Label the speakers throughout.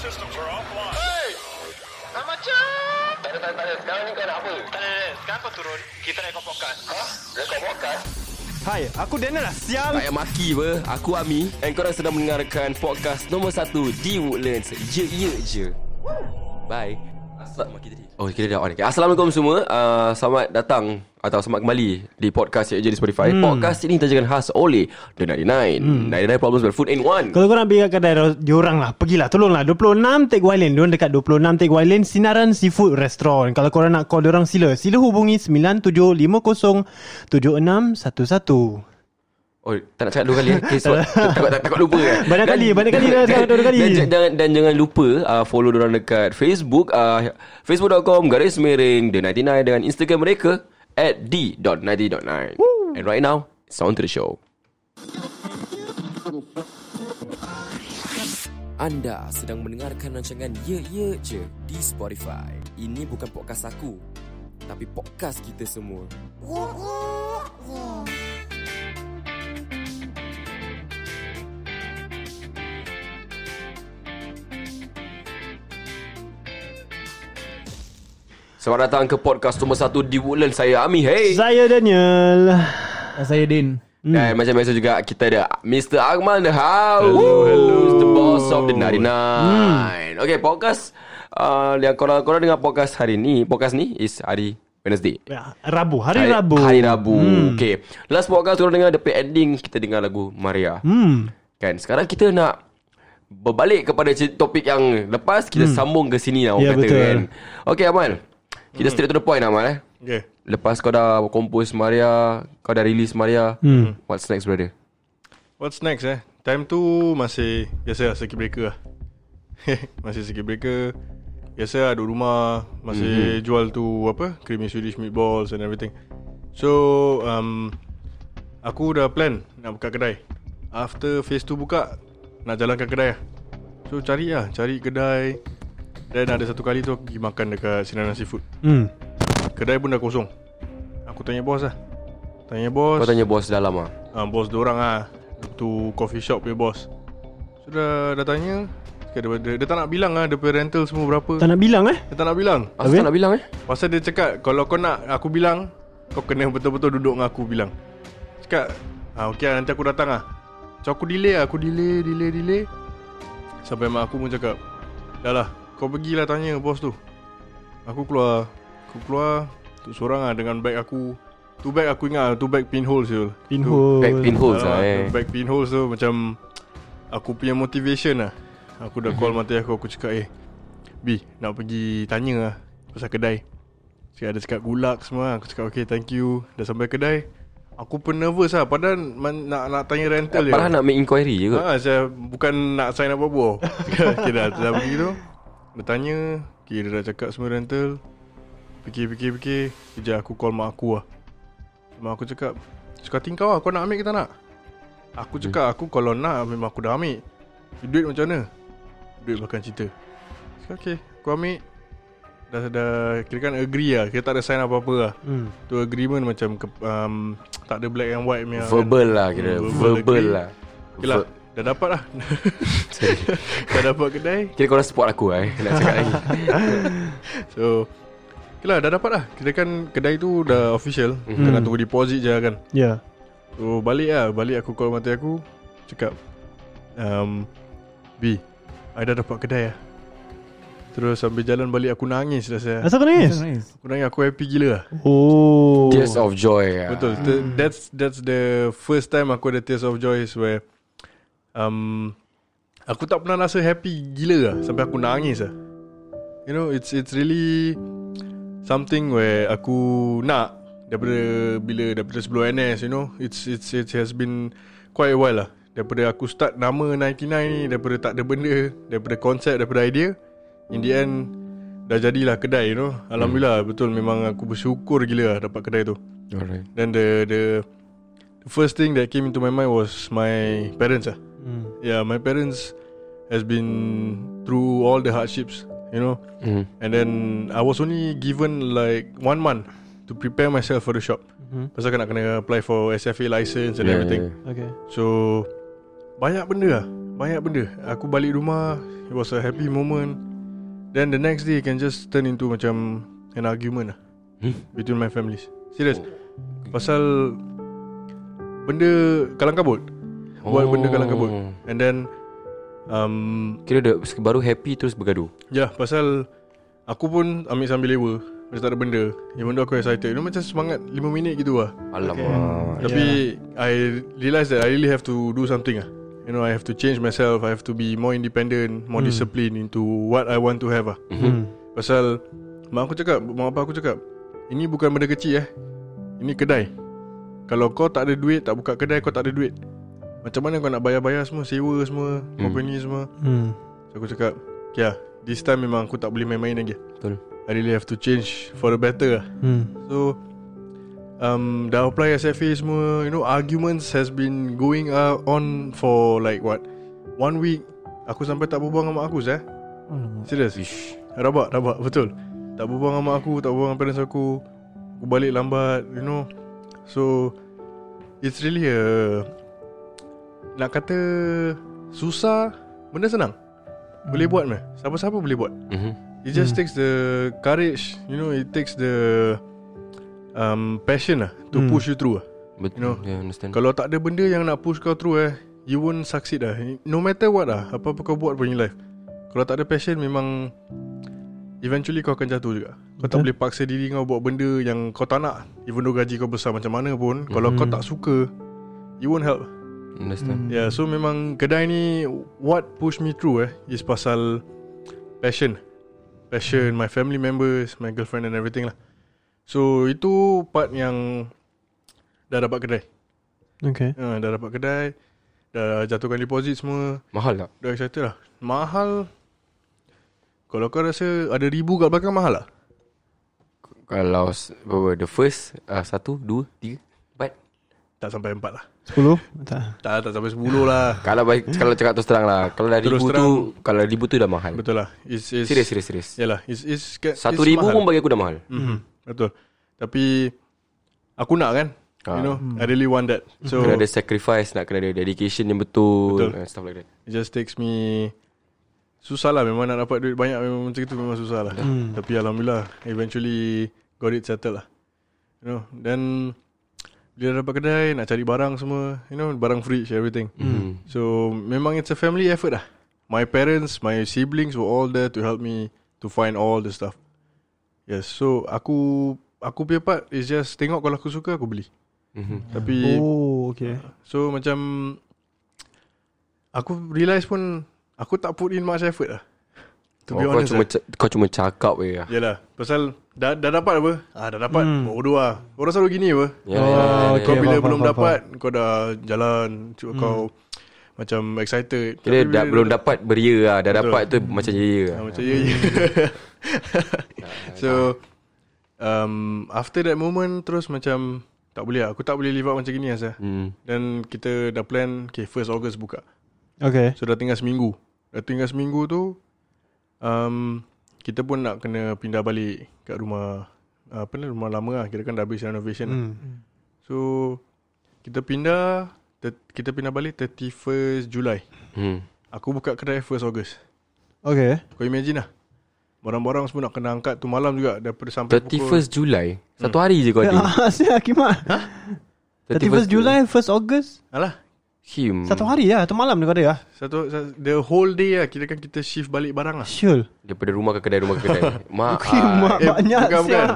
Speaker 1: systems are offline.
Speaker 2: Hey! Ah, macam.
Speaker 3: Tak ada, tak ada, tak ada. Sekarang ni kau nak apa?
Speaker 2: Tak ada, tak ada. Eh, Sekarang kau turun, kita rekod podcast.
Speaker 3: Ha? Rekod podcast?
Speaker 4: Hai, aku Daniel lah siang.
Speaker 5: Tak payah maki apa Aku Ami And korang sedang mendengarkan Podcast nombor 1 Di Woodlands Ye ye je Bye Assalamualaikum tadi Oh kita dah on okay. Assalamualaikum semua uh, Selamat datang Atau selamat kembali Di podcast Ye Ye di Spotify hmm. Podcast ini ditajakan khas oleh The 99 99 Problems with Food in One
Speaker 4: Kalau korang pergi kat kedai ro- diorang lah Pergilah tolonglah 26 Teck Wai Lane Diorang dekat 26 Teck Wai Lane Sinaran Seafood Restaurant Kalau korang nak call diorang sila Sila hubungi 97507611
Speaker 5: Oh tak nak cakap dua kali eh okay, sebab takut, takut, takut lupa kan
Speaker 4: Banyak kali, banyak kali dah cakap dua kali.
Speaker 5: dan, j- dan, dan jangan lupa uh, Follow diorang dekat Facebook uh, Facebook.com Garis miring The99 Dengan Instagram mereka At D.90.9 And right now It's on to the show Anda sedang mendengarkan rancangan Ye Ye Je di Spotify. Ini bukan podcast aku, tapi podcast kita semua. Selamat datang ke podcast nombor satu di Woodland. Saya Ami. Hey.
Speaker 4: Saya Daniel
Speaker 6: Saya Din
Speaker 4: Hmm.
Speaker 5: Dan macam biasa juga Kita ada Mr. Arman The House Hello, hello. The boss of the 99 hmm. Okay podcast uh, Yang korang, korang dengar podcast hari ni Podcast ni is hari Wednesday
Speaker 4: Ya, Rabu, hari, Rabu
Speaker 5: Hari Rabu hmm. Okay Last podcast korang dengar Depan ending Kita dengar lagu Maria
Speaker 4: Hmm
Speaker 5: Kan sekarang kita nak Berbalik kepada cer- topik yang lepas Kita sambung ke sini lah orang
Speaker 4: Hmm. Ya,
Speaker 5: kata
Speaker 4: betul.
Speaker 5: kan Okay Amal Kita
Speaker 1: Hmm.
Speaker 5: straight to the point Amal eh
Speaker 1: Okay.
Speaker 5: Lepas kau dah compose Maria Kau dah release Maria
Speaker 4: Hmm.
Speaker 5: What's next brother?
Speaker 1: What's next eh? Time tu masih biasa lah circuit breaker lah. masih circuit breaker. Biasa lah duduk rumah, masih
Speaker 5: Mhm.
Speaker 1: mm-hmm. jual tu apa? Creamy Swedish meatballs and everything. So, um, aku dah plan nak buka kedai. After phase tu buka, nak jalan ke kedai lah. So, cari lah, cari kedai. Dan ada satu kali tu aku pergi makan dekat Sinaran Seafood.
Speaker 4: Hmm
Speaker 1: Kedai pun dah kosong. Aku tanya bos lah. Tanya bos.
Speaker 5: Kau tanya bos dalam ah.
Speaker 1: ha, Bos diorang lah Tu coffee shop punya bos So dah, dah tanya Sekali dia, dia, dia tak nak bilang lah Dia punya rental semua berapa
Speaker 4: Tak nak bilang eh
Speaker 1: Dia tak nak bilang
Speaker 5: Asal tak nak bilang eh
Speaker 1: Pasal dia cakap Kalau kau nak aku bilang Kau kena betul-betul duduk dengan aku bilang Cakap ha, Okay lah nanti aku datang lah So aku delay lah Aku delay delay delay Sampai mak aku pun cakap Dah lah Kau pergilah tanya bos tu Aku keluar Aku keluar Tu seorang lah dengan bag aku Tu bag aku ingat lah, Tu bag pinhole siul Tu-
Speaker 4: Pinhole
Speaker 5: Back pinholes lah
Speaker 1: Alamak,
Speaker 5: eh
Speaker 1: Back pinhole tu macam Aku punya motivation lah Aku dah
Speaker 5: Mhm.
Speaker 1: call mati aku Aku cakap eh B nak pergi tanya lah Pasal kedai Cakap ada cakap gulak semua Aku cakap okay thank you Dah sampai kedai Aku pun nervous lah Padahal man, nak, nak tanya rental je
Speaker 5: Padahal nak make inquiry je kot
Speaker 1: Ha, saya bukan nak sign apa buah. okay, dah, dah pergi tu. Dia tanya, okay, dia dah cakap semua rental. Fikir, fikir, fikir. Sekejap aku call mak aku lah. Mak aku cakap, Sukating kau lah, kau nak ambil ke tak nak? Aku cakap, aku kalau nak, memang aku dah ambil. Duit macam mana? Duit makan cerita. Cakap, okay, aku ambil. Dah, dah, kira kan agree lah. Kita tak ada sign apa-apa lah.
Speaker 4: Hmm.
Speaker 1: Tu agreement macam ke, um, tak ada black and white punya. kan.
Speaker 5: Verbal lah kira
Speaker 1: Hmm, verbal
Speaker 5: Verbal
Speaker 1: agree.
Speaker 5: lah
Speaker 1: Okay lah
Speaker 5: Ver-
Speaker 1: Dah dapat lah Dah dapat kedai
Speaker 5: Kira korang support aku eh Nak cakap lagi
Speaker 4: Oh.
Speaker 1: So Okay lah dah dapat lah Kita kan kedai tu dah official mm-hmm. Tengah tunggu deposit je kan
Speaker 4: Ya
Speaker 1: So balik lah Balik aku call mati aku Cakap um, B I dah dapat kedai lah Terus sambil jalan balik aku nangis dah saya
Speaker 4: Asal kau nangis?
Speaker 1: Aku nangis aku happy gila lah
Speaker 4: Oh
Speaker 5: Tears of joy lah.
Speaker 1: Betul. Th- That's that's the first time aku ada taste of joy is where um aku tak pernah rasa happy gila lah sampai aku nangis lah. You know, it's it's really something where aku nak daripada bila daripada sebelum NS, you know, it's it's it has been quite a while lah. Daripada aku start nama 99 ni daripada tak ada benda, daripada konsep, daripada idea, in the end dah jadilah kedai, you know. Alhamdulillah betul memang aku bersyukur gila lah dapat kedai tu.
Speaker 5: Alright
Speaker 1: Then the the the first thing that came into my mind was my parents ah.
Speaker 4: Hmm.
Speaker 1: Yeah, my parents has been through all the hardships, you know.
Speaker 5: mm.
Speaker 1: And then I was only given like one month to prepare myself for the shop.
Speaker 4: Mhm.
Speaker 1: Pasal kan nak kena apply for SFA license and
Speaker 5: Mm-hmm. Yeah,
Speaker 1: everything.
Speaker 5: yeah,
Speaker 4: Okay
Speaker 1: So banyak benda lah Banyak benda Aku balik rumah It was a happy moment Then the next day Can just turn into macam An argument lah
Speaker 5: Hmm?
Speaker 1: Between my families Serius Pasal Benda Kalang kabut Buat benda kalang kabut And then um,
Speaker 5: Kira dah baru happy terus bergaduh
Speaker 1: Ya pasal Aku pun ambil sambil lewa Macam tak ada benda Even though aku excited You know macam semangat 5 minit gitu lah
Speaker 4: Hmm.
Speaker 5: Alamak
Speaker 4: Ah,
Speaker 1: Tapi I realise that I really have to do something lah You know I have to change myself I have to be more independent More disciplined Into what I want to have lah
Speaker 5: Mhm.
Speaker 4: Hmm.
Speaker 1: Pasal Mak aku cakap Mak bapak aku cakap Ini bukan benda kecil eh Ini kedai Kalau kau tak ada duit Tak buka kedai Kau tak ada duit Macam mana kau nak bayar-bayar semua Sewa semua hmm. Apa ni semua
Speaker 4: Hmm.
Speaker 1: So aku cakap Okay lah This time memang aku tak boleh main-main lagi
Speaker 5: Betul
Speaker 1: I really have to change For the better lah
Speaker 4: Hmm.
Speaker 1: So um, Dah apply SFA semua You know arguments has been going uh, on For like what One week Aku sampai tak berbual dengan mak aku sah Serius
Speaker 5: Ish
Speaker 1: Rabak rabak betul Tak berbual dengan mak aku Tak berbual dengan parents aku Aku balik lambat You know So It's really a Nak kata Susah Benda senang Boleh buat meh Siapa-siapa boleh buat
Speaker 5: Mhm.
Speaker 1: It just takes the Courage You know It takes the um, Passion lah To push you through lah
Speaker 5: Betul
Speaker 1: You know,
Speaker 5: yeah, understand
Speaker 1: Kalau tak ada benda yang nak push kau through eh You won't succeed lah No matter what lah Apa-apa kau buat punya life Kalau tak ada passion memang Eventually kau akan jatuh juga Kau tak boleh paksa diri kau buat benda yang kau tak nak Even though gaji kau besar macam mana pun Kalau kau tak suka You won't help Ya
Speaker 5: Understand
Speaker 1: yeah, so memang kedai ni What push me through eh Is pasal Passion Passion My family members My girlfriend and everything lah So itu part yang Dah dapat kedai
Speaker 4: Okay.
Speaker 1: ha, Dah dapat kedai Dah jatuhkan deposit semua
Speaker 5: Mahal tak?
Speaker 1: Dah excited lah Mahal Kalau kau rasa Ada ribu kat belakang mahal lah
Speaker 5: Kalau s- berapa? The first uh, Satu Dua Tiga Empat
Speaker 1: Tak sampai empat lah
Speaker 4: Sepuluh? Tak.
Speaker 1: Tak, tak sampai sepuluh lah
Speaker 5: Kalau baik, kalau cakap terus terang lah Kalau dah
Speaker 1: Terus
Speaker 5: ribu
Speaker 1: terang.
Speaker 5: tu Kalau ribu tu dah mahal
Speaker 1: Betul lah it's, it's,
Speaker 5: Serius serius serius
Speaker 1: Yalah it's, it's, it's,
Speaker 5: Satu ribu pun bagi aku dah mahal
Speaker 1: mm-hmm. Betul Tapi Aku nak kan
Speaker 5: Ah.
Speaker 1: You know I really want that So
Speaker 5: Kena ada sacrifice Nak kena ada dedication yang betul,
Speaker 1: Betul.
Speaker 5: betul. Stuff like that
Speaker 1: It just takes me Susah lah memang nak dapat duit banyak Memang macam tu memang susah lah hmm. Tapi Alhamdulillah Eventually Got it settled lah You know Then Bila dapat kedai Nak cari barang semua You know Barang fridge everything
Speaker 5: Hmm.
Speaker 1: So Memang it's a family effort lah My parents My siblings were all there To help me To find all the stuff Yes So aku Aku punya part Is just Tengok kalau aku suka Aku beli
Speaker 5: Mhm.
Speaker 1: Tapi
Speaker 4: Oh, okay.
Speaker 1: So macam Aku realise pun Aku tak put in much effort lah To be
Speaker 5: oh, kau
Speaker 1: honest Ya.
Speaker 5: cuma
Speaker 1: lah.
Speaker 5: ca- kau cuma cakap weh. lah.
Speaker 1: Yelah Pasal dah, dah dapat apa ah, Dah dapat hmm. Bodoh lah Orang selalu gini apa
Speaker 5: Ya,
Speaker 4: Oh,
Speaker 5: ya, ya, ya.
Speaker 1: Kau
Speaker 4: okay,
Speaker 1: bila
Speaker 4: faham,
Speaker 1: belum
Speaker 4: faham,
Speaker 1: dapat Kau dah jalan hmm. Kau Macam excited
Speaker 5: Kira
Speaker 1: Tapi
Speaker 5: dah,
Speaker 1: bila
Speaker 5: belum dapat beria lah. Dah dapat tu macam ya ya.
Speaker 1: ah, Macam ya ya So um, After that moment Terus macam Tak boleh lah Aku tak boleh live out macam gini Azhar
Speaker 5: Hmm.
Speaker 1: Dan kita dah plan Okay 1st August buka
Speaker 4: Okay.
Speaker 1: So dah tinggal seminggu Dah tinggal seminggu tu um, Kita pun nak kena pindah balik Kat rumah uh, Apa ni rumah lama lah Kira kan dah habis renovation hmm.
Speaker 4: Hmm.
Speaker 1: So Kita pindah ter, Kita pindah balik 31st Julai
Speaker 5: Hmm.
Speaker 1: Aku buka kedai 1st Ogos
Speaker 4: Okay.
Speaker 1: Kau imagine lah Barang-barang semua nak kena angkat tu malam juga Daripada sampai
Speaker 5: 31st Julai. Satu hari je kau ada.
Speaker 4: Ah, saya Hakimat. Ha? 31st Julai, 1st Ogos.
Speaker 1: Alah
Speaker 5: Him.
Speaker 4: Satu hari lah. Satu malam dia kata ya.
Speaker 1: satu, satu, The whole day lah Kira kan kita shift balik barang lah
Speaker 4: Syul.
Speaker 5: Daripada rumah ke kedai rumah ke kedai. Mak.
Speaker 4: Okey, mak.
Speaker 1: Eh,
Speaker 4: Banyak
Speaker 1: bukan, bukan.
Speaker 4: siap.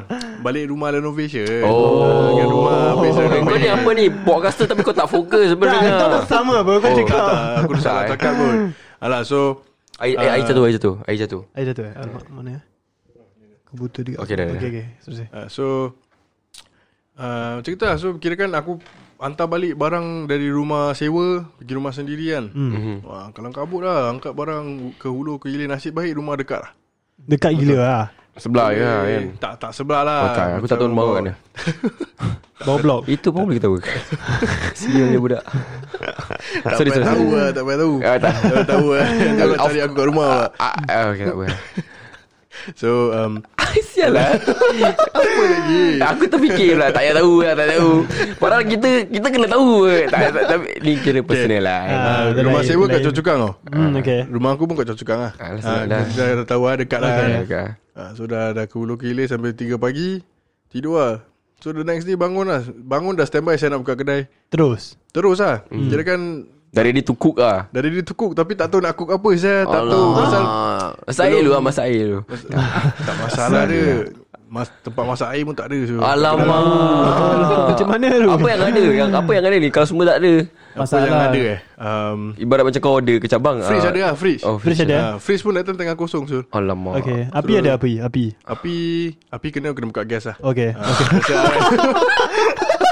Speaker 1: Balik rumah renovation
Speaker 5: Oh.
Speaker 1: Dengan rumah habis
Speaker 5: Oh, kau ni
Speaker 1: renovation
Speaker 5: apa ni? Podcaster tapi kau tak
Speaker 4: Tak,
Speaker 5: fokus sebenarnya.
Speaker 4: sama apa
Speaker 1: Oh, tak,
Speaker 4: kau cakap.
Speaker 1: tak, aku dah salah
Speaker 5: Tak, eh.
Speaker 1: cakap pun. Alah, so
Speaker 5: Air air- air jatuh, air jatuh. Air jatuh.
Speaker 4: Ada tu eh. Alamak, mana ya? Aku butuh dia.
Speaker 5: Okey, dah, dah,
Speaker 4: Okay,
Speaker 5: dah.
Speaker 4: okay. Selesai.
Speaker 1: uh, so uh, macam kita lah. So kira kan aku hantar balik barang dari rumah sewa pergi rumah sendiri kan.
Speaker 5: Mhm.
Speaker 1: Wah, kalau kabut lah angkat barang ke hulu ke hilir nasib baik rumah dekat lah. Eh,
Speaker 4: Dekat gila lah.
Speaker 5: Sebelah ya kan.
Speaker 1: Tak tak sebelah lah.
Speaker 5: Oh, tak, aku tak tahu
Speaker 1: Macam
Speaker 5: nama orang
Speaker 1: kau-
Speaker 5: dia.
Speaker 4: Bawah blok.
Speaker 5: Itu pun boleh tahu. Sial dia budak.
Speaker 1: Tak
Speaker 5: Sorry,
Speaker 1: payah
Speaker 5: sorry,
Speaker 1: tahu
Speaker 5: sorry.
Speaker 1: lah, tak payah tahu.
Speaker 5: Ah, tak.
Speaker 1: Tak payah tahu lah. Dia nak
Speaker 5: Off-
Speaker 1: cari aku kat rumah lah.
Speaker 5: Ah, ah, okay, tak apa.
Speaker 1: So um,
Speaker 5: Sialah Apa lagi lah. Aku terfikir lah Tak payah tahu lah Tak tahu Padahal kita Kita kena tahu eh. tak, tak, Tapi Ni kira personal lah
Speaker 4: Ah,
Speaker 1: uh,
Speaker 4: dia
Speaker 1: Rumah
Speaker 4: lain,
Speaker 1: sewa
Speaker 4: dia
Speaker 1: kat
Speaker 4: lain.
Speaker 1: Choa Chu Kang tau
Speaker 4: Hmm, okay.
Speaker 5: Eh?
Speaker 1: Rumah aku pun kat Choa Chu Kang lah
Speaker 5: Ah, lah,
Speaker 1: Ah,
Speaker 5: senang dah.
Speaker 1: Dah dah tahu lah Dekat lah kan
Speaker 5: Ah, kak.
Speaker 1: Ah, So dah, dah ke Ulu Kilir Sampai 3 pagi Tidur lah So the next day bangun lah Bangun dah standby Saya nak buka kedai
Speaker 4: Terus
Speaker 1: Terus lah
Speaker 4: Hmm.
Speaker 1: Kira kan
Speaker 5: Dah ready to cook lah
Speaker 1: Dari dia tukuk Tapi tak tahu nak cook apa Saya tak tahu Pasal
Speaker 5: Masail tu lah Masail tu
Speaker 1: Tak masalah dia Mas, Tempat masak air pun tak ada so.
Speaker 5: Alamak
Speaker 4: Macam mana tu
Speaker 5: Apa yang ada yang, Apa yang ada ni Kalau semua tak ada
Speaker 1: Apa yang
Speaker 4: Masalah.
Speaker 1: ada eh um,
Speaker 5: Ibarat macam kau order ke cabang
Speaker 1: Fridge
Speaker 5: ah.
Speaker 1: ada lah Fridge
Speaker 5: Oh
Speaker 4: Fridge ada.
Speaker 1: Ah, Fridge pun datang tengah kosong so.
Speaker 5: Alamak
Speaker 4: Okay Api ada api Api
Speaker 1: Api Api kena kena buka gas lah
Speaker 4: Okay
Speaker 1: okay.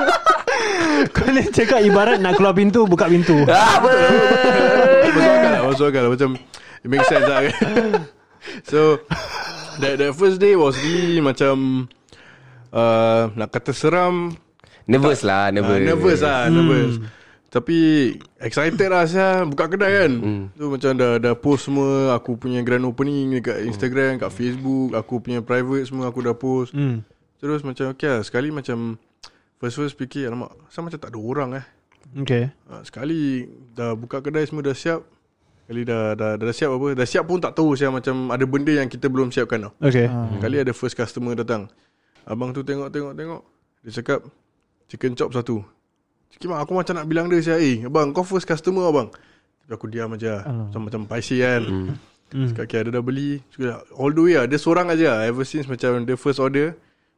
Speaker 4: Kau ni cakap ibarat nak keluar pintu Buka pintu
Speaker 5: Apa
Speaker 1: Masuk akal lah Masuk akal lah Macam It makes sense lah So That, that first day was really Macam uh, Nak kata seram
Speaker 5: Nervous lah
Speaker 1: uh,
Speaker 5: Nervous
Speaker 1: Nervous lah Nervous Tapi Excited lah saya Buka kedai kan Tu macam dah, dah post semua Aku punya grand opening Dekat Instagram Kat Facebook Aku punya private semua Aku dah post
Speaker 4: Hmm.
Speaker 1: Terus macam Okay lah Sekali macam First-first fikir Alamak Saya macam tak ada orang eh
Speaker 4: Okay
Speaker 1: Ha, sekali dah buka kedai semua dah siap. Sekali dah, dah, dah, dah siap apa. Dah siap pun tak tahu saya macam ada benda yang kita belum siapkan tau.
Speaker 4: Okay
Speaker 1: Hmm. Kali ada first customer datang. Abang tu tengok tengok tengok. Dia cakap chicken chop satu. Cik Mak, aku macam nak bilang dia saya, "Eh, abang, kau first customer abang." Tapi aku diam aja. Macam macam paisi kan. Hmm. Cakap okay, dia dah beli. Cakap, all the way lah. Dia seorang aja. Ever since macam dia first order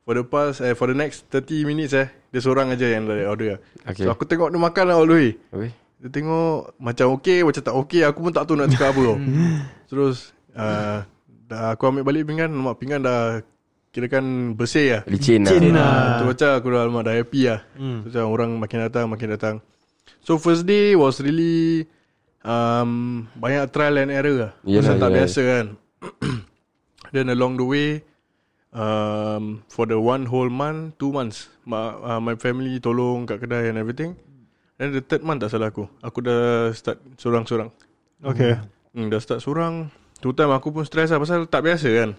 Speaker 1: for the past eh, for the next 30 minutes eh, dia seorang aja yang order. Okay.
Speaker 5: Okay.
Speaker 1: So aku tengok dia makan lah all the way.
Speaker 5: Habis?
Speaker 1: Dia tengok macam okey, macam tak okey. Aku pun tak tahu nak cakap apa tau. Terus uh, dah aku ambil balik pinggan, lemak pinggan dah kirakan bersih lah.
Speaker 5: Licin lah
Speaker 4: Licin lah.
Speaker 1: Ah, tu macam aku dah alamak dah happy lah. Hmm. Macam orang makin datang, makin datang. So first day was really um, banyak trial and error lah.
Speaker 5: Yelah,
Speaker 1: Pasal tak
Speaker 5: yelah.
Speaker 1: biasa kan. Then along the way, um, for the one whole month, two months, ma, uh, my family tolong kat kedai and everything. Then the third month tak salah aku. Aku dah start seorang-seorang.
Speaker 4: Okay
Speaker 1: Hmm, dah start seorang Tu time aku pun stress lah Pasal tak biasa kan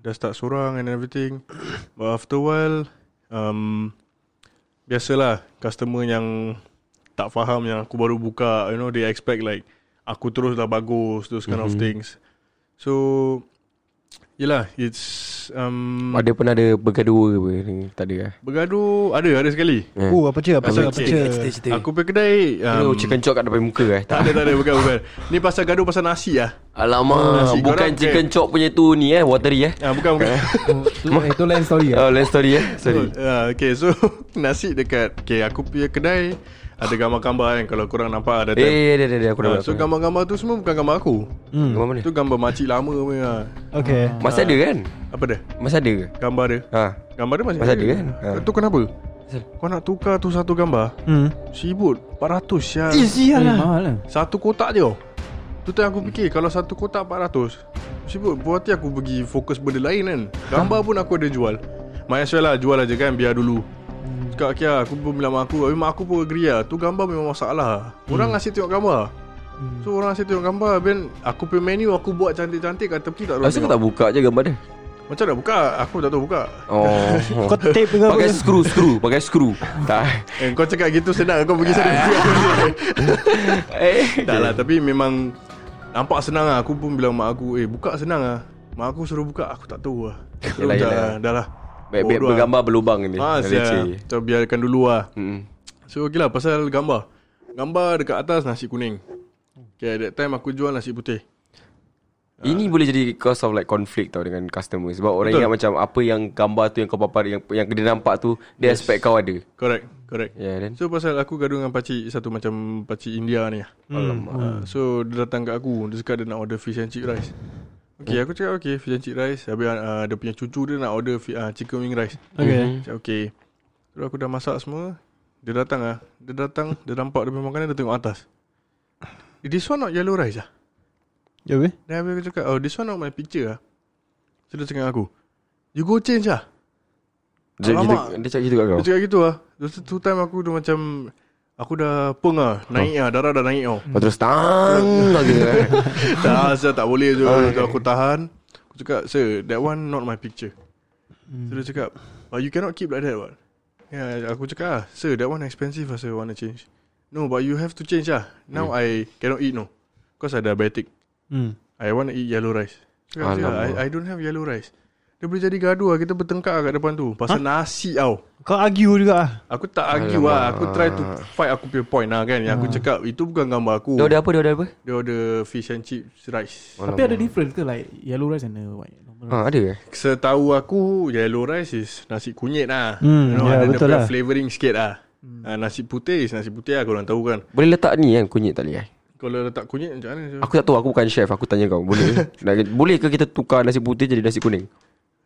Speaker 1: Dah start seorang and everything But after a while um, Biasalah Customer yang Tak faham Yang aku baru buka You know They expect like Aku terus dah bagus Those kind mm-hmm. of things So Yelah It's um,
Speaker 5: Ada pernah ada bergaduh ke apa Tak ada lah Eh.
Speaker 1: Bergaduh Ada ada sekali
Speaker 4: Oh apa cia Apa
Speaker 1: Pasal
Speaker 4: cia Apa
Speaker 1: cik-
Speaker 4: cia
Speaker 1: Aku pergi kedai
Speaker 5: Kau
Speaker 1: um,
Speaker 5: chicken chop kat depan muka eh
Speaker 1: Tak ada tak ada Bukan bukan Ni pasal gaduh pasal nasi lah
Speaker 5: Alamak
Speaker 1: Nasi
Speaker 5: Bukan
Speaker 1: goreng,
Speaker 5: chicken
Speaker 1: eh.
Speaker 5: chop punya tu ni eh Watery eh
Speaker 1: ah, Bukan bukan
Speaker 6: tu, eh, tu lain story lah
Speaker 4: Ya.
Speaker 5: Oh lain story eh Sorry
Speaker 1: Uh, okay so Nasi dekat Okay aku punya kedai Ada gambar-gambar kan Kalau korang nampak ada
Speaker 5: Eh eh eh, eh eh, Aku dah
Speaker 1: uh,
Speaker 5: buat
Speaker 1: So gambar-gambar tu semua Bukan gambar aku
Speaker 5: Hmm. Gambar mana?
Speaker 1: Itu gambar makcik lama punya ah.
Speaker 4: Okay
Speaker 5: Masih ada kan?
Speaker 1: Apa dia?
Speaker 5: Masih ada ke?
Speaker 1: Gambar dia
Speaker 5: Ha.
Speaker 1: Gambar dia masih
Speaker 5: Masih ada kan? Ha.
Speaker 1: Itu kenapa? Kau nak tukar tu satu gambar
Speaker 4: Hmm
Speaker 1: Sibut 400 ya.
Speaker 4: Eh sial lah
Speaker 6: Ah. Mahal lah
Speaker 1: Satu kotak je tau. Tu time aku fikir Kalau satu kotak 400 Sibuk Berarti aku pergi fokus benda lain kan Gambar pun aku ada jual Might as well lah Jual aja kan Biar dulu Cakap okay lah Aku pun bilang mak aku Tapi mak aku pun agree lah Tu gambar memang masalah Orang asyik tengok gambar So orang asyik tengok gambar Ben Aku punya menu Aku buat cantik-cantik Kat tepi tak ada orang
Speaker 5: Asal kau tak
Speaker 1: tengok
Speaker 5: buka je gambar dia?
Speaker 1: Macam dah buka Aku tak tahu buka
Speaker 5: Oh
Speaker 4: Kau tape ke apa
Speaker 5: Pakai skru skru Pakai skru Tak
Speaker 1: Eh kau cakap gitu Senang kau pergi sana
Speaker 5: Eh
Speaker 1: Tak lah Tapi memang Nampak senang lah Aku pun bilang mak aku Eh buka senang lah Mak aku suruh buka Aku tak tahu lah So,
Speaker 5: Yelah,
Speaker 1: dah,
Speaker 5: yelah.
Speaker 1: dah lah
Speaker 5: Baik-baik bergambar berlubang ni
Speaker 1: Mas ya So biarkan dulu lah
Speaker 5: Hmm.
Speaker 1: So okey lah pasal gambar Gambar dekat atas nasi kuning Okay that time aku jual nasi putih
Speaker 5: Ini boleh jadi cause of like conflict tau dengan customer sebab
Speaker 1: Ah.
Speaker 5: orang
Speaker 1: Betul.
Speaker 5: ingat macam apa yang gambar tu yang kau papar yang yang dia nampak tu dia yes. expect kau ada.
Speaker 1: Correct Correct
Speaker 5: Ya yeah, then.
Speaker 1: So pasal aku gaduh dengan pakcik Satu macam pakcik India ni lah
Speaker 5: Hmm. Alamak.
Speaker 1: Ah, So dia datang kat aku Dia cakap dia nak order fish and chip rice
Speaker 5: Hmm.
Speaker 1: Okay aku cakap okay Fish and chip rice Habis uh, dia punya cucu dia nak order fi- uh, Chicken wing rice
Speaker 5: Hmm.
Speaker 4: Okay
Speaker 6: Mm-hmm.
Speaker 1: Cakap okay Terus aku dah masak semua Dia datang lah Dia datang Dia nampak dia punya makanan Dia tengok atas "Eh, This one not yellow rice lah
Speaker 4: Ya weh
Speaker 1: Dan habis aku cakap Oh this one not my picture lah So dia cakap dengan aku You go change lah
Speaker 5: Dia, dia,
Speaker 1: Alamak.
Speaker 5: dia cakap gitu kat kau.
Speaker 1: Dia cakap gitu lah Lepas tu two time aku dah macam Aku dah peng lah Naik lah Darah dah naik tau
Speaker 5: Kau terus tang lagi. kan?
Speaker 1: Tak asal tak boleh tu so, Aku tahan Aku Aku cakap Sir that one not my picture hmm. So dia cakap But you cannot keep like that what Yeah aku cakap ah, Sir that one expensive lah sir want to change No but you have to change lah Now hmm. I cannot eat no Cause I diabetic
Speaker 4: Hmm.
Speaker 1: I want to eat yellow rice Cakap dia
Speaker 5: Alamak.
Speaker 1: I, I don't have yellow rice Dia boleh jadi gaduh lah Kita bertengkar lah kat depan tu Pasal ha? nasi tau
Speaker 4: Kau argue juga ah.
Speaker 1: Aku tak argue
Speaker 5: Alamak.
Speaker 1: lah Aku try to fight aku punya point lah kan Yang aku cakap Itu bukan gambar aku
Speaker 5: Dia order apa? Dia order apa?
Speaker 1: Dia order fish and chips rice
Speaker 6: Tapi ada difference ke like yellow rice and uh, white normal
Speaker 5: Ha, ada eh?
Speaker 1: Setahu aku Yellow rice is Nasi kunyit lah
Speaker 4: Hmm,
Speaker 1: and
Speaker 4: ya,
Speaker 1: then
Speaker 4: betul
Speaker 1: dia punya
Speaker 4: lah.
Speaker 1: Flavouring sikit lah Ah, Nasi putih is Nasi putih lah Korang tahu kan
Speaker 5: Boleh letak ni kan kunyit tak boleh eh?
Speaker 1: Kalau letak kunyit macam mana
Speaker 5: Aku tak tahu, aku bukan chef. Aku tanya kau. Boleh Nak- boleh ke kita tukar nasi putih jadi nasi kuning?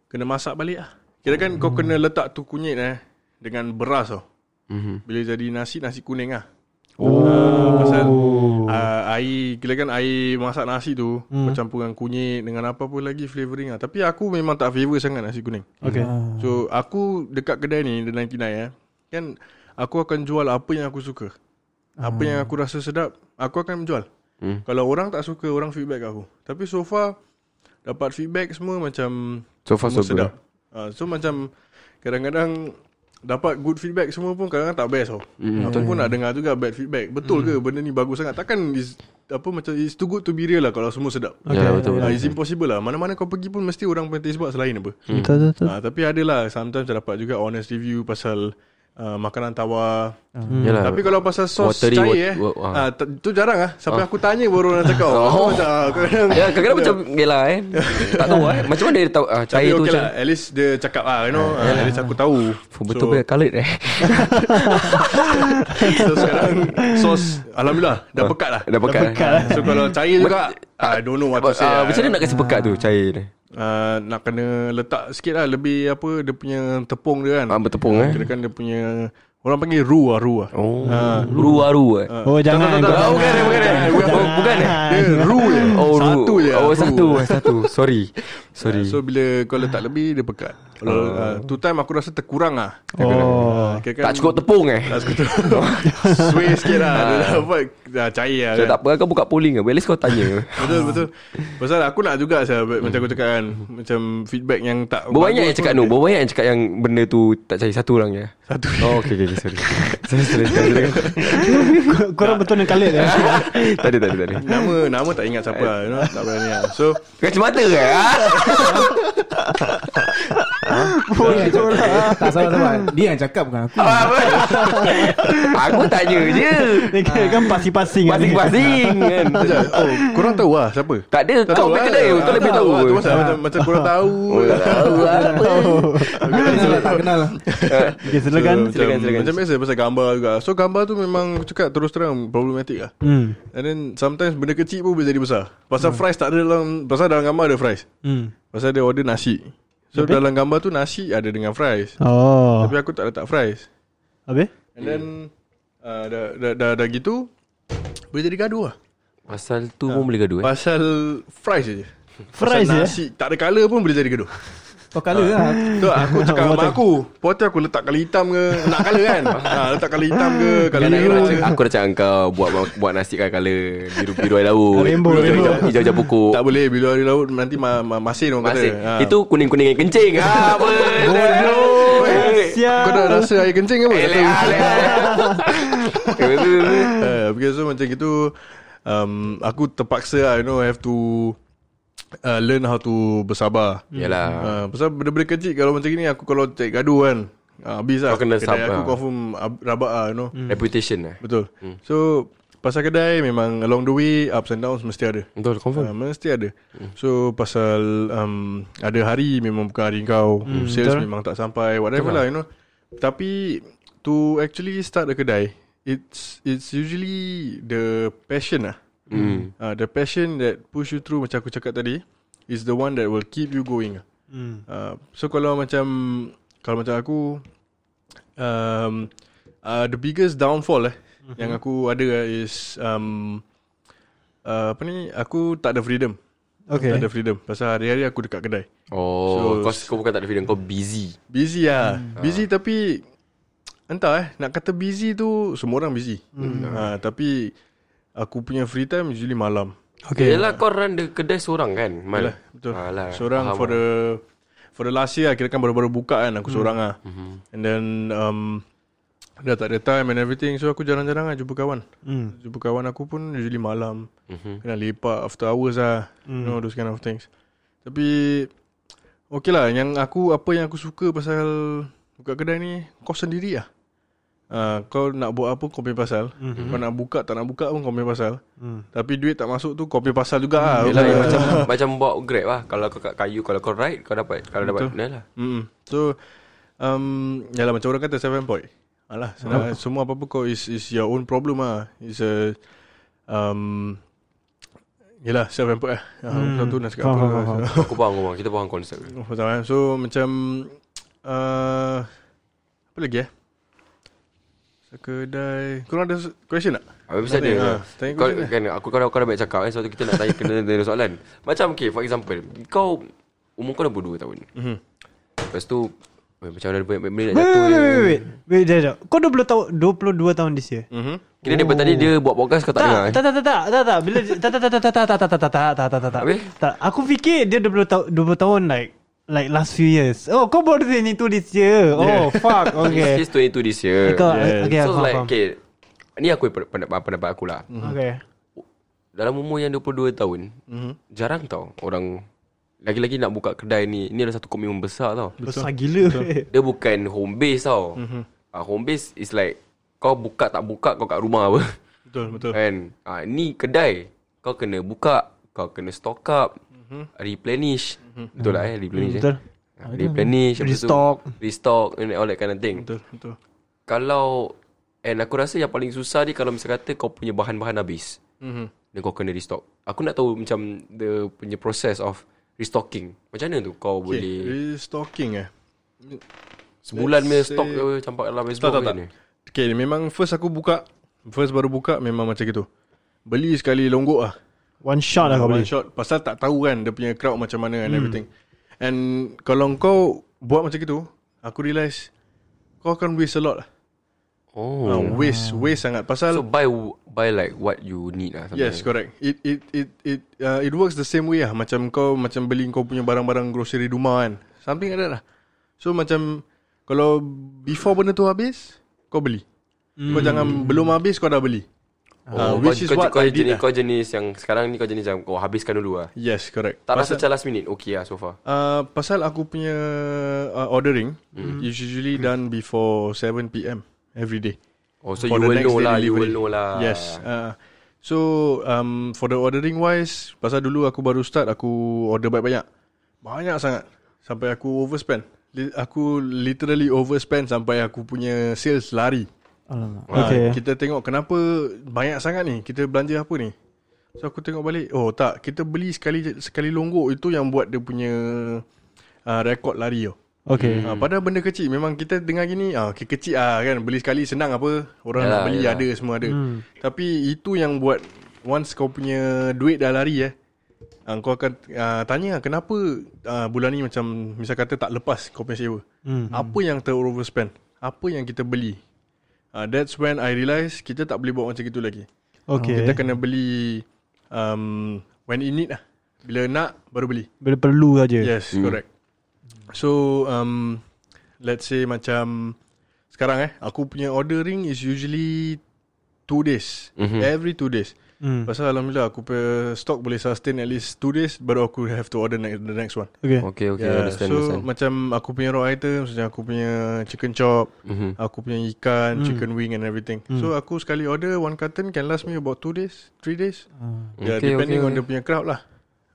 Speaker 1: Kena masak balik lah Kira kan kau kena letak tu kunyit eh Dengan beras tau
Speaker 5: Mhm.
Speaker 1: Bila jadi nasi Nasi kuning lah Oh. pasal uh, air Kira kan air masak nasi tu hmm. Bercampur dengan kunyit Dengan apa pun lagi Flavouring lah Tapi aku memang tak favour sangat Nasi kuning
Speaker 4: Okay.
Speaker 6: Ah.
Speaker 1: So aku dekat kedai ni The 99 eh Kan aku akan jual apa yang aku suka Apa yang aku rasa sedap Aku akan jual
Speaker 5: Hmm.
Speaker 1: Kalau orang tak suka Orang feedback aku Tapi so far Dapat feedback semua macam
Speaker 5: So far
Speaker 1: Semua
Speaker 5: so good. eh?
Speaker 1: sedap uh, So macam Kadang-kadang Dapat good feedback semua pun Kadang-kadang tak best tau
Speaker 5: Hmm.
Speaker 1: mm. Aku pun nak dengar juga bad feedback Betul mm. ke benda ni bagus sangat Takkan is, apa macam It's too good to be real lah Kalau semua sedap
Speaker 5: Okay. Ya,
Speaker 1: Uh,
Speaker 5: betul. betul. Hmm.
Speaker 1: it's impossible lah Mana-mana kau pergi pun Mesti orang punya taste buat selain apa
Speaker 4: Betul betul, betul.
Speaker 1: Ah, tapi ada lah Sometimes saya dapat juga Honest review pasal uh, Makanan tawar
Speaker 5: Ah. Yalah.
Speaker 1: Tapi kalau pasal sos
Speaker 5: Watery,
Speaker 1: cair
Speaker 5: wat-
Speaker 1: eh
Speaker 5: wa- ah.
Speaker 1: ah, t- Itu jarang lah Sampai aku tanya baru orang cakap Aku macam ah, kadang-
Speaker 5: Ya, kadang-kadang macam Yelah eh Tak tahu eh Macam mana dia tahu ah,
Speaker 1: Tapi
Speaker 5: Cair tu
Speaker 1: okay
Speaker 5: macam
Speaker 1: lah At least dia cakap lah You know ah, At least aku tahu
Speaker 5: Fuh, Betul punya colored eh
Speaker 1: So sekarang Sos Alhamdulillah Dah pekat lah
Speaker 5: Dah pekat, eh.
Speaker 1: lah So kalau cair juga I don't know what to say lah.
Speaker 5: Ah, Macam mana nak kasi pekat tu Cair ni
Speaker 1: Ah, Nak kena letak sikit lah Lebih apa Dia punya tepung dia
Speaker 5: Ah,
Speaker 1: kan
Speaker 5: Bertepung eh
Speaker 1: Kira kan dia punya Orang panggil roux lah Roux lah
Speaker 5: Oh Ruaru eh
Speaker 4: Oh jangan.
Speaker 1: tak, tak, tak.
Speaker 4: kau jangan.
Speaker 1: Ah, Bukan, eh, bukan, bukan.
Speaker 5: Oh, bukan eh
Speaker 1: Dia roux je
Speaker 5: Oh, ru-
Speaker 1: Kan? Satu je
Speaker 5: Oh
Speaker 1: roux.
Speaker 5: satu eh, Satu Sorry Sorry Oh.
Speaker 1: So bila kau letak lebih Dia pekat Kalau uh, Two time aku rasa terkurang lah
Speaker 4: Oh.
Speaker 5: Tak cukup tepung eh
Speaker 1: Tak kan? Ah, cukup tepung Sway sikit lah Dia dah dapat Dah cair lah
Speaker 5: Saya
Speaker 1: kan
Speaker 5: tak apa Kau buka polling ke At least kau tanya
Speaker 1: Betul betul Pasal aku nak juga saya, Macam aku cakap kan Macam feedback yang tak
Speaker 5: Berbanyak yang
Speaker 1: bagus
Speaker 5: cakap
Speaker 1: pun
Speaker 5: no Berbanyak yang cakap yang Benda tu tak cair Satu orang je
Speaker 1: Satu
Speaker 5: Oh okay, okay, okay sorry Sorry sorry sorry, sorry.
Speaker 4: Kor- Korang betul dengan kalit eh.
Speaker 5: Tak ada tak ada tak ada
Speaker 1: Nama nama tak ingat siapa lah, you know, Tak berani lah So
Speaker 5: Kacamata ke ah?
Speaker 4: lah.
Speaker 6: Eh, Tak salah-salah Dia yang cakap bukan aku
Speaker 5: Apa? Aku tanya je
Speaker 4: Dia kira
Speaker 6: Ah.
Speaker 4: kan pasing-pasing. kan.
Speaker 5: Pasing-pasing kan
Speaker 1: sekejap. Oh korang tahu lah siapa
Speaker 5: Tak ada Kau
Speaker 1: lah.
Speaker 5: pergi Oh, kedai Kau
Speaker 1: Ah,
Speaker 5: lebih tahu Ah. Oh,
Speaker 1: lah. Tu pasal macam, macam korang tahu lah.
Speaker 5: Tak tahu lah, apa
Speaker 6: Tak kenal lah Tak kenal lah
Speaker 1: So,
Speaker 4: Okay silakan.
Speaker 5: Silakan,
Speaker 1: macam,
Speaker 5: silakan.
Speaker 1: Macam biasa pasal gambar juga So gambar tu memang aku Cakap terus terang Problematik lah
Speaker 4: Hmm.
Speaker 1: And then sometimes Benda kecil pun boleh jadi besar Pasal fries tak ada dalam Pasal dalam gambar ada fries
Speaker 4: Hmm.
Speaker 1: Pasal dia order nasi So
Speaker 4: Habis?
Speaker 1: dalam gambar tu Nasi ada dengan fries
Speaker 4: Oh.
Speaker 1: Tapi aku tak letak fries
Speaker 4: Habis?
Speaker 1: And then uh, dah, dah, dah, dah gitu Boleh jadi gaduh lah
Speaker 5: Pasal tu pun boleh gaduh eh
Speaker 1: Pasal fries je
Speaker 4: Fries
Speaker 1: Pasal
Speaker 4: Oh, je? eh?
Speaker 1: nasi Tak ada colour pun boleh jadi gaduh
Speaker 6: Kau kala lah
Speaker 1: So aku cakap sama aku Potong aku letak kala hitam ke Nak colour kan ha, Letak kala hitam ke Kala
Speaker 5: Kadang-kadang
Speaker 1: biru
Speaker 5: Kan, aku
Speaker 1: ke
Speaker 5: cakap- aku dah cakap kau buat buat nasi kan color biru-biru air laut.
Speaker 4: Rainbow, rainbow.
Speaker 5: Hijau-hijau pokok.
Speaker 1: Tak boleh Bila hari laut Nanti ma- ma- masin orang
Speaker 5: Masih.
Speaker 1: kata Ha.
Speaker 5: Itu kuning-kuning air kencing. Ah, apa?
Speaker 1: Bodoh eh.
Speaker 4: Sial.
Speaker 1: Kau dah rasa air kencing ke apa? Tak
Speaker 5: Elek,
Speaker 1: tahu.
Speaker 5: elek, elek.
Speaker 1: Eh, Okay so macam gitu um, Aku terpaksa lah, You know have to uh, Learn how to bersabar
Speaker 5: Yalah.
Speaker 1: uh, Pasal benda-benda kecil Kalau macam ni Aku kalau cek gaduh kan uh, Habis lah
Speaker 5: Kau kena
Speaker 1: Kedai
Speaker 5: sabar.
Speaker 1: Aku confirm ab- rabak lah you know hmm.
Speaker 5: Reputation lah.
Speaker 1: Betul So Pasal kedai memang Along the way Ups and downs mesti ada
Speaker 5: Betul,
Speaker 1: Uh, mesti ada So pasal um, Ada hari memang bukan hari kau Sales memang tak sampai Whatever lah you know Tapi To actually start a kedai It's it's usually The passion lah
Speaker 5: Hmm.
Speaker 1: uh, The passion that push you through Macam aku cakap tadi Is the one that will keep you going
Speaker 4: Hmm.
Speaker 1: uh, So kalau macam Kalau macam aku um, uh, The biggest downfall eh Yang aku ada eh, is um, uh, Apa ni Aku tak ada freedom
Speaker 4: Okay.
Speaker 1: Tak ada freedom Pasal hari-hari aku dekat kedai
Speaker 5: Oh,
Speaker 1: So-
Speaker 5: kau, kau bukan tak ada feeling kau busy.
Speaker 1: Busy lah Busy tapi Entah eh Nak kata busy tu Semua orang busy uh, Tapi Aku punya free time Usually malam
Speaker 5: Okay. Yalah kau run the kedai seorang kan, Mal.
Speaker 1: Yalah, Betul
Speaker 5: Alah,
Speaker 1: Seorang
Speaker 5: faham Hmm.
Speaker 1: for
Speaker 5: lah.
Speaker 1: the For the last year Kira kan baru-baru buka kan Aku seorang lah And then um, Dah tak ada time and everything So aku jarang-jarang lah jumpa kawan
Speaker 4: Hmm.
Speaker 1: Jumpa kawan aku pun Usually malam
Speaker 5: Mhm.
Speaker 1: Kena lepak after hours lah You know those kind of things Tapi Okay lah Yang aku Apa yang aku suka pasal Buka kedai ni Kau sendiri lah Uh, kau nak buat apa kau punya pasal mm-hmm. Kau nak buka tak nak buka pun kau punya pasal mm. Tapi duit tak masuk tu kau punya pasal juga lah
Speaker 5: Yelah, uh, macam macam bawa grab lah. Kalau kau kat kayu, kalau kau ride, kau dapat. Kalau dapat, lah. yalah.
Speaker 1: Mm. So um, Yalah macam orang kata self employed Alah senang, Semua apa-apa kau is, is your own problem lah Is a um, Yalah self employed lah ah, mm. tu nak cakap apa
Speaker 4: Faham, faham,
Speaker 1: So,
Speaker 5: Aku faham, aku faham. Kita faham konsep ni.
Speaker 1: oh, faham, eh? So macam uh, Apa lagi eh Kedai Korang ada s- question tak?
Speaker 5: Habis mesti ada
Speaker 1: Tanya,
Speaker 5: ha,
Speaker 1: ah, tanya
Speaker 5: kau,
Speaker 1: question
Speaker 5: kan, Aku kau, dah- kau dah banyak cakap eh, Sebab tu kita nak tanya kena dengan soalan Macam okay for example Kau Umur kau dah berdua tahun
Speaker 1: Mhm.
Speaker 5: Lepas tu eh, Macam ada banyak benda nak
Speaker 4: Wait, wait,
Speaker 5: jatuh
Speaker 4: wait, wait,
Speaker 5: je.
Speaker 4: wait. Wait, dah, dah. Kau 20 tahun 22 tahun this year.
Speaker 1: Mhm.
Speaker 5: Kira daripada tadi dia buat podcast kau tak, dengar
Speaker 4: Tak,
Speaker 5: eh?
Speaker 4: tak, tak, tak, tak, tak, tak. Bila tak, tak, tak, tak, tak, tak, tak, tak, tak, tak, tak, tak, tak, tak.
Speaker 5: Habis?
Speaker 4: Tak. Aku fikir dia 20 tahun 20 tahun like like last few years. Oh, kau baru ni tu this year. Oh, fuck. Okay.
Speaker 5: He's 22 this year
Speaker 4: Eh, Kau,
Speaker 1: Yeah.
Speaker 4: okay,
Speaker 5: So
Speaker 4: aku
Speaker 5: like
Speaker 4: faham. Mm.
Speaker 5: okay, Ni aku pen- pendapat, pendapat aku lah
Speaker 4: Okay.
Speaker 5: Dalam umur yang 22 tahun Jarang tau Orang Lagi-lagi nak buka kedai ni Ni adalah satu komitmen besar tau
Speaker 4: Besar gila. weh.
Speaker 5: Dia bukan home base tau Ah, Home base is like Kau buka tak buka Kau kat rumah apa
Speaker 1: Betul betul
Speaker 5: Kan ha, Ni kedai Kau kena buka Kau kena stock up mm-hmm. Replenish mm-hmm. Betul lah eh Replenish
Speaker 4: Betul. Ah,
Speaker 5: eh? Ha, Replenish lepas tu
Speaker 4: Restock.
Speaker 5: Restock and all that kind of thing
Speaker 1: Betul betul
Speaker 5: Kalau And aku rasa yang paling susah ni Kalau misalkan kata Kau punya bahan-bahan habis
Speaker 1: Mhm.
Speaker 5: Dan kau kena restock Aku nak tahu macam The punya process of Restocking Macam mana tu kau okay.
Speaker 1: Okay,
Speaker 5: boleh
Speaker 1: restocking eh
Speaker 5: Sebulan punya
Speaker 1: let's
Speaker 5: stock
Speaker 1: say-
Speaker 5: ke Campak dalam
Speaker 1: Tak
Speaker 5: Facebook
Speaker 1: tak tak Okay memang first aku buka First baru buka Memang macam gitu Beli sekali longgok lah
Speaker 4: One shot lah kau
Speaker 1: One
Speaker 4: beli.
Speaker 1: shot Pasal tak tahu kan Dia punya crowd macam mana And everything And Kalau kau Buat macam gitu Aku realise Kau akan waste a lot
Speaker 5: Oh
Speaker 1: oh. Waste Waste sangat
Speaker 5: So
Speaker 1: Pasal
Speaker 5: buy buy like what you need lah something
Speaker 1: Yes correct It it it it uh, it works the same way lah Macam kau Macam beli kau punya barang-barang Grocery rumah kan Something like that lah So macam Kalau Before benda tu habis Kau beli Kau jangan Belum habis kau dah beli
Speaker 5: Oh,
Speaker 1: Ah, which
Speaker 5: Hmm. kau,
Speaker 1: is
Speaker 5: kau,
Speaker 1: what
Speaker 5: kau,
Speaker 1: I did
Speaker 5: jenis,
Speaker 1: lah.
Speaker 5: kau jenis yang sekarang ni kau jenis yang kau habiskan dulu lah.
Speaker 1: Yes correct
Speaker 5: Tak rasa macam last minute, okay lah so far.
Speaker 1: Uh, pasal aku punya uh, ordering
Speaker 5: Hmm.
Speaker 1: mm. is usually done before 7 pm every day.
Speaker 5: Oh, so
Speaker 1: For
Speaker 5: you
Speaker 1: the
Speaker 5: will
Speaker 1: next
Speaker 5: know
Speaker 1: day
Speaker 5: lah, you
Speaker 1: delivery.
Speaker 5: will know lah.
Speaker 1: Yes. Uh, so um, for the ordering wise, pasal dulu aku baru start aku order banyak-banyak. Banyak sangat sampai aku overspend. Li- aku literally overspend sampai aku punya sales lari.
Speaker 6: Alamak.
Speaker 1: Ha,
Speaker 4: Okay.
Speaker 1: kita tengok kenapa banyak sangat ni. Kita belanja apa ni? So aku tengok balik, oh tak, kita beli sekali sekali longgok itu yang buat dia punya uh, rekod lari tau.
Speaker 4: Okay.
Speaker 1: Ha, padahal benda kecil Memang kita dengar gini ah, okay, Kecil ah kan Beli sekali senang apa Orang nak
Speaker 5: Yalah,
Speaker 1: beli
Speaker 5: yalah.
Speaker 1: ada semua ada Tapi itu yang buat Once kau punya duit dah lari eh ah, Kau akan ah, tanya Kenapa ah, bulan ni macam Misal kata tak lepas kau punya sewa Apa yang ter-overspend Apa yang kita beli ah, That's when I realise Kita tak boleh buat macam itu lagi
Speaker 4: Okay.
Speaker 1: Kita kena beli um, When in need lah Bila nak baru beli
Speaker 4: Bila perlu aja.
Speaker 1: Yes, hmm. correct. So, um, let's say macam sekarang eh, aku punya ordering is usually two days. Mm-hmm. Every two days.
Speaker 4: Hmm.
Speaker 1: Pasal Alhamdulillah aku punya stock boleh sustain at least two days baru aku have to order next, the next one.
Speaker 4: Okay.
Speaker 5: Okay, okay,
Speaker 1: Yeah,
Speaker 5: yeah, understand,
Speaker 1: so
Speaker 5: understand.
Speaker 1: macam aku punya raw item Macam aku punya chicken chop
Speaker 5: Mhm.
Speaker 1: Aku punya ikan Chicken wing and everything So aku sekali order One carton can last me about 2 days 3 days yeah,
Speaker 5: Okay,
Speaker 1: Depending
Speaker 5: okay,
Speaker 1: on
Speaker 5: okay.
Speaker 1: the punya crowd lah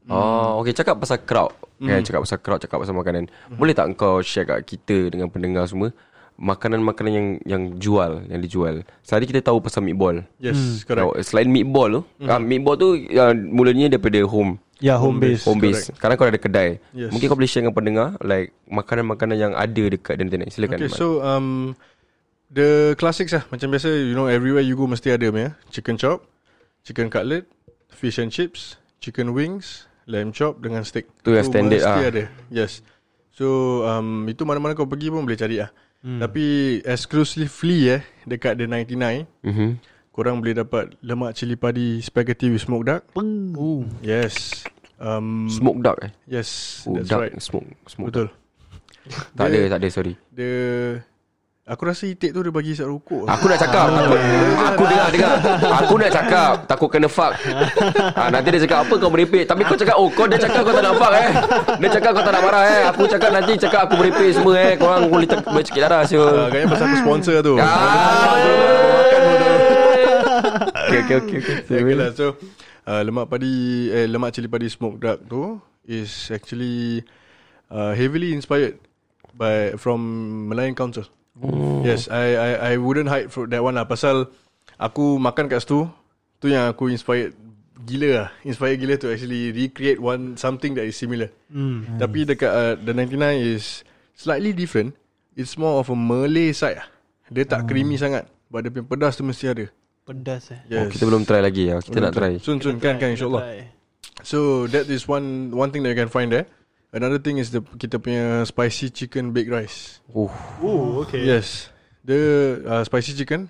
Speaker 5: Oh, okay, cakap pasal crowd.
Speaker 1: Hmm.
Speaker 5: Kan, cakap pasal crowd, cakap pasal makanan. Boleh tak kau share kat kita dengan pendengar semua makanan-makanan yang yang jual, yang dijual. Sehari kita tahu pasal meatball.
Speaker 1: Yes, correct Hmm.
Speaker 5: Now, selain meatball tu, mm. uh, meatball tu uh, mulanya daripada home.
Speaker 4: Ya, home base.
Speaker 5: Home base. Sekarang kau ada kedai.
Speaker 1: Yes.
Speaker 5: Mungkin kau boleh share dengan pendengar like makanan-makanan yang ada dekat dan internet. Silakan.
Speaker 1: Okay,
Speaker 5: Kan Mat.
Speaker 1: so um, the classics lah macam biasa, you know, everywhere you go mesti ada punya. Chicken chop, chicken cutlet, fish and chips, chicken wings, lamb chop dengan steak.
Speaker 5: Tu yang standard
Speaker 1: mesti
Speaker 5: ah.
Speaker 1: ada. Yes. So um, itu mana-mana kau pergi pun boleh cari lah. Hmm. Tapi exclusively eh dekat the 99
Speaker 5: Mhm.
Speaker 1: korang boleh dapat lemak cili padi spaghetti with smoked duck. Yes. um,
Speaker 5: Smoke duck eh
Speaker 1: Yes
Speaker 5: oh,
Speaker 1: That's
Speaker 5: duck.
Speaker 1: right
Speaker 5: Smoke, smoke
Speaker 1: Betul
Speaker 5: duck. Tak
Speaker 1: Dia-
Speaker 5: ada tak ada sorry
Speaker 1: Dia Aku rasa itik tu dia bagi isap rokok
Speaker 5: Aku nak cakap Aku, aku dengar Ah. dengar Aku nak cakap Takut kena fuck ha, Nanti dia cakap Apa kau merepek Tapi kau cakap Oh kau dah cakap kau tak nak fuck eh Dia cakap kau tak nak marah eh Aku cakap nanti Cakap aku merepek semua eh Korang boleh ter- boleh cekik
Speaker 1: Ah,
Speaker 5: darah Sure
Speaker 1: Agaknya pasal aku sponsor tu
Speaker 5: Ah. Okay okay okay, okay.
Speaker 1: Okay lah so uh, Lemak padi eh, Lemak cili padi smoked duck tu Is actually uh, Heavily inspired By From Malayan Council
Speaker 5: Oh.
Speaker 1: Yes I, I I wouldn't hide from that one lah Pasal Aku makan kat situ Tu yang aku inspired Gila lah Inspired gila to actually Recreate one Something that is similar
Speaker 5: Hmm.
Speaker 1: mm, Tapi dekat uh, The 99 is Slightly different It's more of a Malay side lah. Dia
Speaker 5: Oh.
Speaker 1: tak creamy sangat But dia punya pedas tu mesti ada
Speaker 4: Pedas eh
Speaker 5: Oh, kita belum try lagi ya. Kita nak try.
Speaker 1: Soon soon kan kan insyaallah. So that is one one thing that you can find there. Another thing is the kita punya spicy chicken baked rice.
Speaker 5: Oh,
Speaker 4: Oh okay
Speaker 1: Yes. The uh, spicy chicken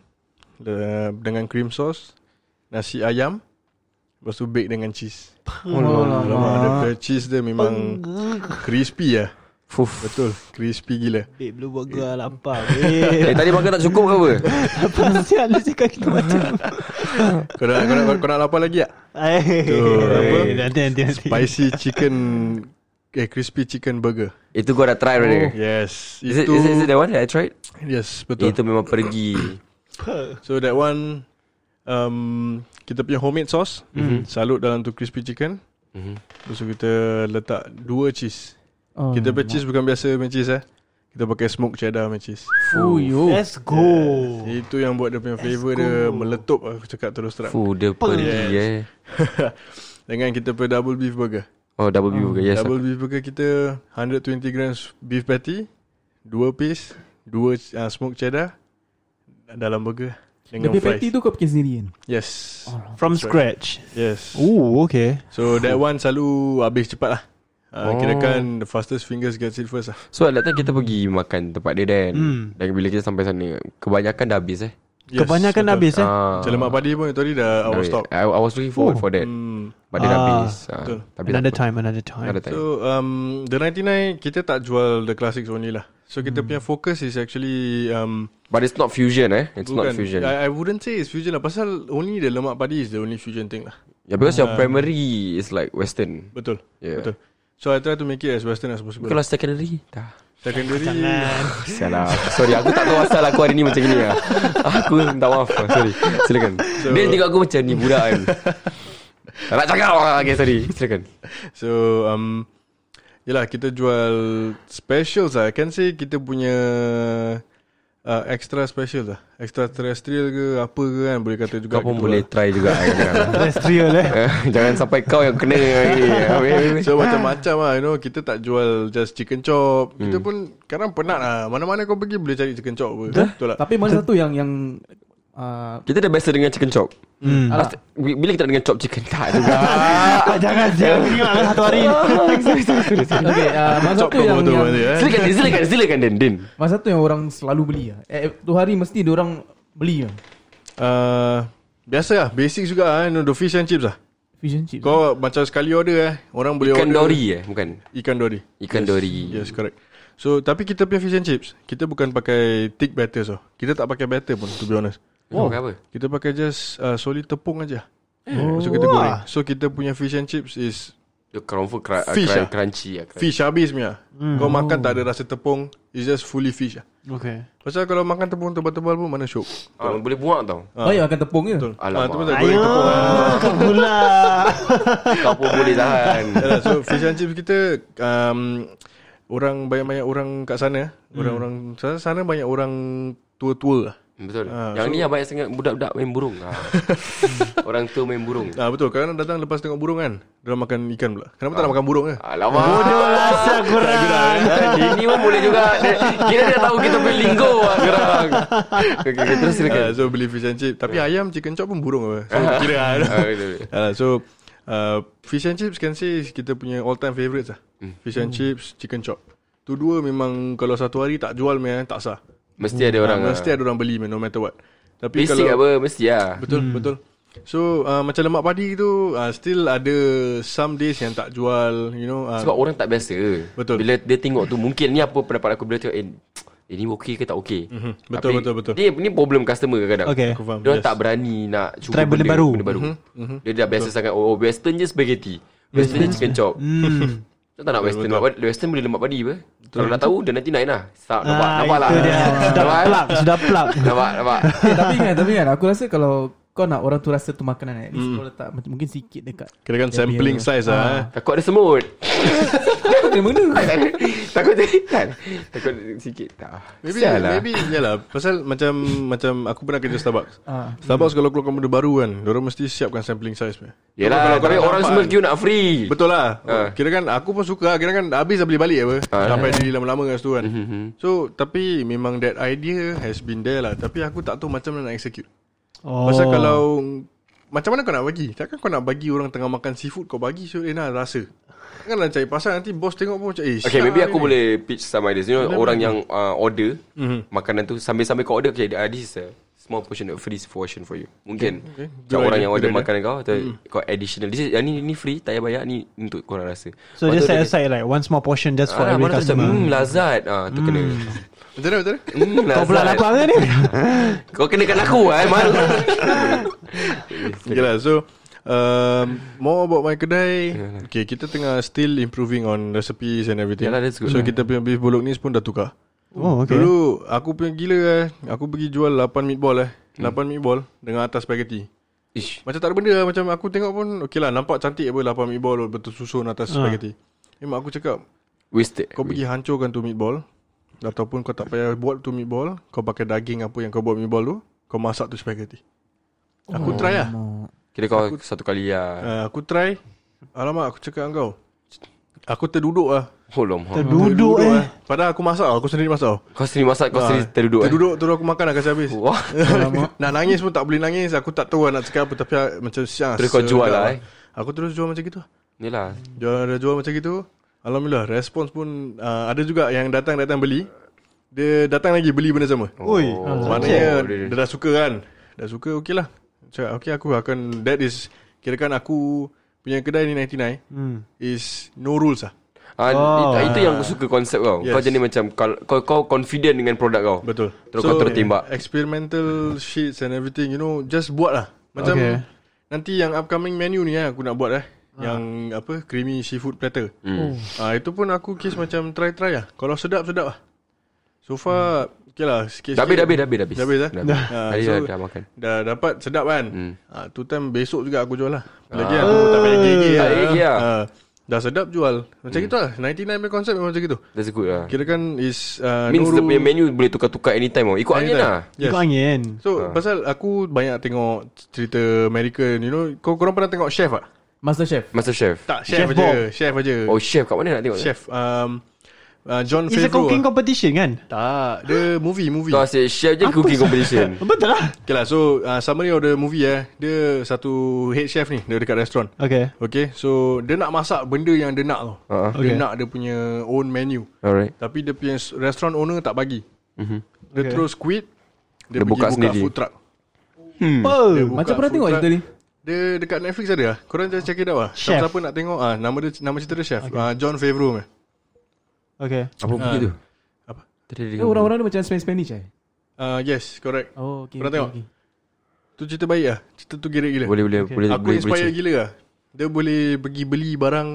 Speaker 1: the, dengan cream sauce, nasi ayam, lepas tu bake dengan cheese.
Speaker 6: Oh, lah,
Speaker 1: Alamak, dia punya cheese dia memang crispy lah.
Speaker 5: fuf.
Speaker 1: Betul, crispy gila.
Speaker 4: Babe lu buat gua lapar Babe
Speaker 5: Eh tadi makan tak cukup ke apa?
Speaker 4: Apa sial lu cakap kita macam
Speaker 1: Kau nak, kau nak, kau nak lapar lagi tak?
Speaker 4: Eh,
Speaker 1: apa?
Speaker 4: Nanti nanti nanti
Speaker 1: Spicy chicken, eh crispy chicken burger.
Speaker 5: Itu gua dah try already.
Speaker 1: Yes,
Speaker 5: Oh, Is it,
Speaker 1: itu.
Speaker 5: is it, is it the one that I tried?
Speaker 1: Yes, betul.
Speaker 5: Itu memang pergi.
Speaker 1: So that one um, Kita punya homemade sauce mm-hmm. Salut dalam tu crispy chicken
Speaker 5: Mhm.
Speaker 1: mm-hmm. Lepas tu kita letak dua cheese
Speaker 6: Oh,
Speaker 1: Kita punya cheese bukan biasa punya cheese eh Kita pakai smoke cheddar punya cheese
Speaker 6: Fuyo.
Speaker 4: Let's go
Speaker 5: Oh.
Speaker 1: Itu yang buat dia punya flavour dia Meletup aku cakap terus terang
Speaker 5: Fu dia pergi eh.
Speaker 1: Dengan kita punya double beef burger
Speaker 5: Oh double view ke? Yes.
Speaker 1: Double beef burger kita 120 grams beef patty Dua piece Dua uh, smoke cheddar Dalam burger
Speaker 6: Dia
Speaker 1: Dengan
Speaker 6: punya patty
Speaker 1: fries
Speaker 6: tu kau bikin sendiri kan?
Speaker 1: Yes
Speaker 4: From scratch
Speaker 1: Yes
Speaker 4: Oh okay
Speaker 1: So that one selalu habis cepat lah. Uh, oh. Kirakan the fastest fingers gets it first lah.
Speaker 5: So that time kita pergi makan tempat dia dan
Speaker 4: Hmm.
Speaker 5: dan bila kita sampai sana kebanyakan dah habis eh.
Speaker 1: Yes,
Speaker 4: Kebanyakan
Speaker 1: betul.
Speaker 4: habis eh
Speaker 5: Ah.
Speaker 1: Macam lemak padi pun tadi dah out of
Speaker 5: Dah-
Speaker 1: stock.
Speaker 5: I, I was looking forward for that.
Speaker 1: Hmm.
Speaker 5: But dia dah
Speaker 4: Oh. Ah,
Speaker 5: habis. Ah,
Speaker 1: betul.
Speaker 5: Tapi
Speaker 4: Another
Speaker 5: tak apa.
Speaker 4: time Another time
Speaker 5: Another time.
Speaker 1: So um, the 99 kita tak jual the classics only lah. So
Speaker 5: Hmm.
Speaker 1: kita punya focus is actually um,
Speaker 5: But it's not fusion eh. It's not
Speaker 1: bukan,
Speaker 5: fusion.
Speaker 1: I, I wouldn't say it's fusion lah. Pasal only the lemak padi is the only fusion thing lah.
Speaker 5: Yeah, because your primary is like western.
Speaker 1: Betul.
Speaker 5: Yeah.
Speaker 1: Betul. So I try to make it as western as possible.
Speaker 5: Kalau secondary dah.
Speaker 1: Secondary
Speaker 4: lah.
Speaker 5: Salah Sorry aku tak tahu asal aku hari ni macam ni lah Aku minta maaf ah. Sorry Silakan so, Dia tengok aku macam ni budak kan Tak nak cakap lah Okay sorry Silakan
Speaker 1: So um, Yelah kita jual Specials lah I can say kita punya uh, Extra special lah Extraterrestrial ke Apa ke kan Boleh kata juga lah.
Speaker 5: Kau pun
Speaker 1: kita
Speaker 5: boleh
Speaker 1: jual.
Speaker 5: try juga kan
Speaker 4: Terrestrial eh
Speaker 5: Eh, Jangan sampai kau yang kena dengan ini. Habis, habis, habis.
Speaker 1: So macam-macam lah You know Kita tak jual Just chicken chop Kita pun Kadang penat lah Mana-mana kau pergi Boleh cari chicken chop apa Betul tak
Speaker 6: Tapi mana satu yang yang uh,
Speaker 5: Kita dah biasa dengan chicken chop
Speaker 4: Hmm.
Speaker 5: Last- Bila kita nak dengan chop chicken Tak juga
Speaker 4: Ah, Jangan Jangan ingat lah satu hari
Speaker 6: Okay, uh, masa
Speaker 1: Chop
Speaker 6: tu
Speaker 1: kau
Speaker 6: yang,
Speaker 1: tu
Speaker 6: yang
Speaker 1: nanti, eh.
Speaker 5: Silakan Din Silakan Silakan Din Din
Speaker 6: masa tu yang orang selalu beli ah. Eh, tu hari mesti dia orang beli ah.
Speaker 1: uh, Biasa lah Basic juga lah you know, The fish and chips lah
Speaker 6: Fusion chip.
Speaker 1: Kau macam sekali order eh Orang boleh
Speaker 5: Ikan
Speaker 1: order
Speaker 5: dori eh Bukan
Speaker 1: Ikan dori
Speaker 5: Ikan
Speaker 1: yes.
Speaker 5: dori.
Speaker 1: Yes correct So tapi kita punya fish and chips Kita bukan pakai thick batter so Kita tak pakai batter pun to be honest
Speaker 5: Oh apa
Speaker 1: Kita pakai just uh, solid tepung aja.
Speaker 4: Eh.
Speaker 1: Oh. So kita goreng So kita punya fish and chips is
Speaker 5: Dia confirm cra- uh,
Speaker 1: Fish
Speaker 5: cra-
Speaker 1: ah.
Speaker 5: crunchy ah,
Speaker 1: Fish habis punya mm.
Speaker 4: Hmm.
Speaker 1: Kau makan tak ada rasa tepung It's just fully fish lah
Speaker 4: Oh. Okay
Speaker 1: Pasal kalau makan tepung tebal-tebal pun mana syuk
Speaker 5: Ah, Boleh buang tau
Speaker 6: Baik makan tepung je.
Speaker 1: Betul
Speaker 5: Alamak.
Speaker 1: Ah, tu pasal goreng
Speaker 4: Ayo
Speaker 1: tepung
Speaker 4: Kau pula
Speaker 5: Kau pun boleh tahan
Speaker 1: Yalah, ya. So fish and chips kita um, Orang banyak-banyak orang kat sana
Speaker 4: Hmm.
Speaker 1: Orang-orang sana, sana banyak orang tua-tua lah
Speaker 5: Betul.
Speaker 1: Ah,
Speaker 5: yang
Speaker 1: so-
Speaker 5: ni yang banyak sangat budak-budak main burung. Ha. Orang tua main burung.
Speaker 1: Ah betul kadang datang lepas tengok burung kan Dia makan ikan pula Kenapa tak nak makan burung eh? ke
Speaker 5: Alamak. Bodoh lah.
Speaker 4: Rasa kurang
Speaker 5: Ini pun boleh juga. Dia, kira dia tahu kita punya linggo lah sekarang. Okay, okay, terus silakan.
Speaker 1: Ah, So beli fish and chip Tapi ayam chicken chop pun burung apa So kira lah
Speaker 5: Ah, betul, betul.
Speaker 1: Ah, So uh, Fish and chips can say is Kita punya all time favourites lah
Speaker 5: Hmm.
Speaker 1: Fish and chips Chicken chop Tu dua memang Kalau satu hari tak jual memang tak sah Ah,
Speaker 5: Mesti ada orang. ah.
Speaker 1: Orang Mesti ada orang beli man, No matter what Tapi
Speaker 5: Basic
Speaker 1: kalau
Speaker 5: apa mesti lah.
Speaker 1: Betul betul So uh, macam lemak padi tu uh, Still ada Some days yang tak jual You know uh,
Speaker 5: Sebab orang tak biasa
Speaker 1: Betul.
Speaker 5: Bila dia tengok tu Mungkin ni apa pendapat aku Bila tengok Eh ini okey ke tak okey mm-hmm.
Speaker 1: Mhm. Betul, betul, betul.
Speaker 5: Ni, ni problem customer kadang-kadang
Speaker 4: Okay.
Speaker 1: Aku faham,
Speaker 5: Dia yes.
Speaker 1: yes. Mhm.
Speaker 5: tak berani nak cuba
Speaker 4: Try benda baru.
Speaker 5: benda baru. Mm-hmm. Mm-hmm. Dia dah biasa sangat Oh western je spaghetti Western je chicken chop
Speaker 4: Hmm.
Speaker 5: Dia tak nak western lemak padi. Western boleh lemak padi apa Kalau nak tahu Dia nanti naik lah Sa- Nampak,
Speaker 4: Ah,
Speaker 5: nampak lah
Speaker 4: itu dia. Sudah
Speaker 5: Nampak
Speaker 4: plug, sudah plug.
Speaker 5: Nampak Nampak
Speaker 6: Eh, tapi kan, tapi kan aku rasa kalau kau nak orang tu rasa tu makanan kan, at least kau letak macam- mungkin sikit dekat.
Speaker 1: Kirakan kan
Speaker 6: Dia
Speaker 1: sampling
Speaker 6: punya-
Speaker 1: size lah eh.
Speaker 5: Takut ada semut
Speaker 6: Kau dari mana?
Speaker 5: Takut jadi kan Takut sikit tak
Speaker 1: Maybe
Speaker 5: Sial
Speaker 1: lah. Maybe Yalah Pasal macam Macam aku pernah kerja Starbucks
Speaker 6: Ah.
Speaker 1: Starbucks kalau keluarkan benda baru kan Diorang mesti siapkan sampling size punya.
Speaker 5: Yelah Tapi
Speaker 1: tak
Speaker 5: orang
Speaker 1: nampak
Speaker 5: semua
Speaker 1: kan.
Speaker 5: queue nak free
Speaker 1: Betul lah
Speaker 5: Ah.
Speaker 1: Kira kan aku pun suka Kira kan habis dah beli balik apa
Speaker 5: Ah. Hmm,
Speaker 1: Sampai diri lama-lama kat situ kan So tapi memang that idea has been there lah Tapi aku tak tahu macam mana nak execute oh.
Speaker 4: Oh.
Speaker 1: Pasal kalau Macam mana kau nak bagi Takkan kau nak bagi orang tengah makan seafood Kau bagi so eh nak rasa Kan nak cari pasal nanti bos tengok pun macam eh,
Speaker 5: Okay
Speaker 1: syak
Speaker 5: maybe
Speaker 1: ni
Speaker 5: aku
Speaker 1: ni.
Speaker 5: boleh pitch some ideas You know orang yang uh, order
Speaker 1: Mhm.
Speaker 5: Makanan tu Sambil-sambil kau order Okay uh, this is a Small portion of free portion for you Mungkin okay,
Speaker 1: okay.
Speaker 5: Macam
Speaker 1: Good
Speaker 5: orang
Speaker 1: idea,
Speaker 5: yang order
Speaker 1: good idea.
Speaker 5: makanan kau Atau
Speaker 1: Mhm.
Speaker 5: kau additional This is, yang ni, ni free Tak payah bayar Ni untuk korang rasa
Speaker 4: So
Speaker 5: Lepas
Speaker 4: just
Speaker 5: tu
Speaker 4: set
Speaker 5: dia-
Speaker 4: aside like one small portion just for
Speaker 5: Ah,
Speaker 4: every
Speaker 5: mana tu macam Hmm
Speaker 4: customer. Hmm.
Speaker 5: lazat ah, Tu kena
Speaker 1: Betul tak, betul tak?
Speaker 5: Hmm lazat
Speaker 4: Kau pula lapar kan ni?
Speaker 5: Kau kenakan aku eh Malu
Speaker 1: Okay lah so um, More about my kedai
Speaker 5: Ya,
Speaker 1: Okay kita tengah still improving on recipes and everything
Speaker 5: Yalah, that's good
Speaker 1: So
Speaker 5: lah.
Speaker 1: kita punya beef bolognese pun dah tukar
Speaker 4: Oh, okay.
Speaker 1: Dulu aku punya gila eh Aku pergi jual 8 meatball eh
Speaker 5: Hmm.
Speaker 1: 8 meatball dengan atas spaghetti
Speaker 5: Ish
Speaker 1: Macam tak ada benda lah Macam aku tengok pun Okay lah nampak cantik apa 8 meatball betul susun atas
Speaker 4: Ah.
Speaker 1: spaghetti Eh mak aku cakap
Speaker 5: Wasted
Speaker 1: Kau pergi hancurkan tu meatball Ataupun kau tak payah buat tu meatball Kau pakai daging apa yang kau buat meatball tu Kau masak tu spaghetti Aku
Speaker 4: Oh,
Speaker 1: try lah
Speaker 5: Kira kau satu kali lah
Speaker 1: uh, Aku try Alamak aku cakap dengan kau Aku terduduk lah
Speaker 5: Hold on ha.
Speaker 4: Duduk eh.
Speaker 1: Padahal aku masak Aku sendiri masak
Speaker 5: Kau sendiri masak Kau sendiri terduduk eh?
Speaker 1: Terduduk terus aku makan dah kasi habis
Speaker 5: Wah
Speaker 1: Nak nangis pun tak boleh nangis Aku tak tahu lah nak cakap apa Tapi ah, macam siang
Speaker 5: Terus kau jual lah, eh?
Speaker 1: Aku terus jual macam gitu
Speaker 5: Ni lah
Speaker 1: Jual, dah jual macam gitu Alhamdulillah Respons pun uh, Ada juga yang datang-datang beli Dia datang lagi beli benda sama
Speaker 4: Oi.
Speaker 1: Maknanya
Speaker 5: Oh, dia-
Speaker 1: dia dah suka kan Dah suka okey lah Cakap okey aku akan That is Kirakan aku Punya kedai ni 99
Speaker 4: Hmm.
Speaker 1: Is no rules lah
Speaker 5: Ah,
Speaker 4: Oh.
Speaker 5: oh. itu, itu yang aku suka konsep kau. Yes. Kau
Speaker 1: Yes.
Speaker 5: jadi macam kau, kau kau confident dengan produk kau.
Speaker 1: Betul eh,
Speaker 5: Terus kau terus tembak.
Speaker 1: Experimental sheets and everything You know Just buat lah Macam
Speaker 4: Okay.
Speaker 1: okay. Nanti yang upcoming menu ni eh, Aku nak buat eh yang apa creamy seafood platter. Hmm. Ah itu pun aku kes macam try try lah. Kalau sedap sedap lah. So far hmm. okay lah sikit-sikit.
Speaker 5: Dah habis, dah habis, dah habis, dah habis.
Speaker 1: Dah habis dah.
Speaker 5: Dah habis.
Speaker 1: Ah,
Speaker 5: Tadi
Speaker 1: so,
Speaker 5: dah- dah makan.
Speaker 1: Dah dapat sedap kan.
Speaker 5: Hmm.
Speaker 1: Hmm. Ah tu time besok juga aku jual lah. Lagi ah. aku tak payah gigi
Speaker 5: Tak payah gigih lah.
Speaker 1: Ah, dah sedap jual. Macam hmm. gitu lah. 99 punya konsep memang macam gitu.
Speaker 5: That's good lah.
Speaker 1: Kira kan is uh,
Speaker 5: Means dia punya menu boleh tukar-tukar anytime tau. Ikut angin lah.
Speaker 1: Yes.
Speaker 4: Ikut angin.
Speaker 1: So ha. pasal aku banyak tengok cerita American You know Kau korang pernah tengok Chef tak?
Speaker 6: Master chef.
Speaker 5: Master chef.
Speaker 1: Tak Chef,
Speaker 4: Chef
Speaker 1: aja
Speaker 4: Bob.
Speaker 1: Chef aja
Speaker 5: Oh chef kat mana nak tengok?
Speaker 1: Chef um, uh, John
Speaker 5: eh?
Speaker 4: It's a
Speaker 1: Favreau
Speaker 4: cooking
Speaker 1: lah.
Speaker 4: competition kan?
Speaker 1: Tak Dia movie movie
Speaker 5: Kau asyik chef je cooking competition.
Speaker 4: Betul lah.
Speaker 1: Okay lah so uh, Summary of the movie eh Dia satu head chef ni Dia dekat restoran
Speaker 4: Okay.
Speaker 1: Okay so Dia nak masak benda yang dia nak tau
Speaker 5: Ha.
Speaker 1: Dia
Speaker 4: Okay.
Speaker 1: nak dia punya own menu
Speaker 5: Alright.
Speaker 1: Tapi dia punya s- restaurant owner tak bagi
Speaker 5: Mhm.
Speaker 1: Dia
Speaker 4: Okay.
Speaker 1: terus quit Dia,
Speaker 5: Dia
Speaker 1: pergi
Speaker 5: buka
Speaker 1: buka,
Speaker 5: sendiri.
Speaker 1: food truck
Speaker 5: Hmm.
Speaker 4: Apa?
Speaker 1: Dia buka
Speaker 6: Macam pernah
Speaker 1: food
Speaker 6: tengok
Speaker 1: truck.
Speaker 6: cerita ni?
Speaker 1: Dia dekat Netflix ada lah Korang just check it out lah
Speaker 4: Chef.
Speaker 1: Siapa-siapa nak tengok ah Nama dia nama cerita dia Chef okay. uh, John Favreau meh.
Speaker 4: Okay.
Speaker 5: Apa bukti tu?
Speaker 1: Ah. Apa?
Speaker 5: Tadi dia
Speaker 6: Eh, orang-orang ni macam Spanish eh.
Speaker 1: uh, Yes correct
Speaker 6: Oh, okey.
Speaker 1: Pernah
Speaker 6: okey,
Speaker 1: tengok?
Speaker 6: okey.
Speaker 1: Tu cerita baik lah Cerita tu gila gila
Speaker 5: boleh boleh boleh
Speaker 1: Aku
Speaker 5: boleh
Speaker 1: inspire
Speaker 5: check.
Speaker 1: gila lah Dia boleh pergi beli barang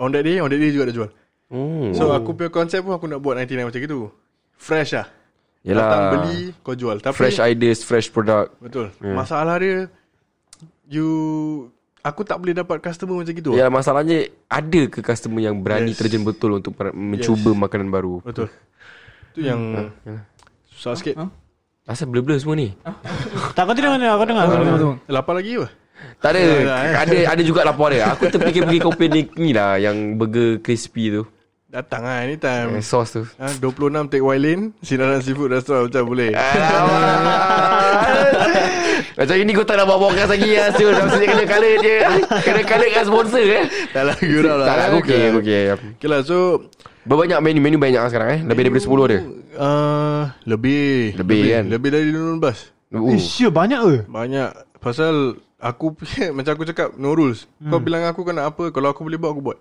Speaker 1: On that day On that day juga dia jual
Speaker 5: Oh.
Speaker 1: So aku punya konsep pun Aku nak buat 99 macam gitu Fresh lah
Speaker 5: Yalah.
Speaker 1: Datang beli Kau jual Tapi
Speaker 5: Fresh ideas, fresh product.
Speaker 1: Betul Masalah dia You Aku tak boleh dapat customer macam gitu ah.
Speaker 5: Ya masalahnya ada ke customer yang berani
Speaker 1: Yes.
Speaker 5: terjun betul untuk per- mencuba makanan baru?
Speaker 1: Betul
Speaker 5: Ya.
Speaker 1: Tu
Speaker 5: Hmm.
Speaker 1: yang Susah sikit
Speaker 5: Asal blur-blur semua ni?
Speaker 4: Tak kau dengar kau dengar.
Speaker 6: Tengok,
Speaker 4: kau dengar.
Speaker 6: tengok, tengok.
Speaker 1: Lapar lagi apa?
Speaker 5: Tak ada.
Speaker 1: lah, eh.
Speaker 5: ada ada juga lapor dia. Aku terfikir pergi kopi ni, ni lah yang burger crispy tu.
Speaker 1: Datang lah anytime
Speaker 5: Yang sos tu.
Speaker 1: Ha, 26 Take White Lane Sinaran Seafood Restaurant Macam boleh
Speaker 5: Macam ini kau tak nak buat podcast lagi ya Sul Dah mesti kena color dia Kena color dengan sponsor eh
Speaker 1: Tak lah Gurau lah
Speaker 5: Tak lah okey okey.
Speaker 1: Okay lah so
Speaker 5: Berbanyak menu Menu banyak lah sekarang eh Lebih daripada 10 ada
Speaker 1: uh, Lebih
Speaker 5: Lebih, kan?
Speaker 1: Lebih dari 15
Speaker 5: uh,
Speaker 4: Eh, sure banyak ke?
Speaker 1: Banyak Pasal Aku Macam aku cakap No rules hmm. Kau bilang aku kau nak apa Kalau aku boleh buat Aku buat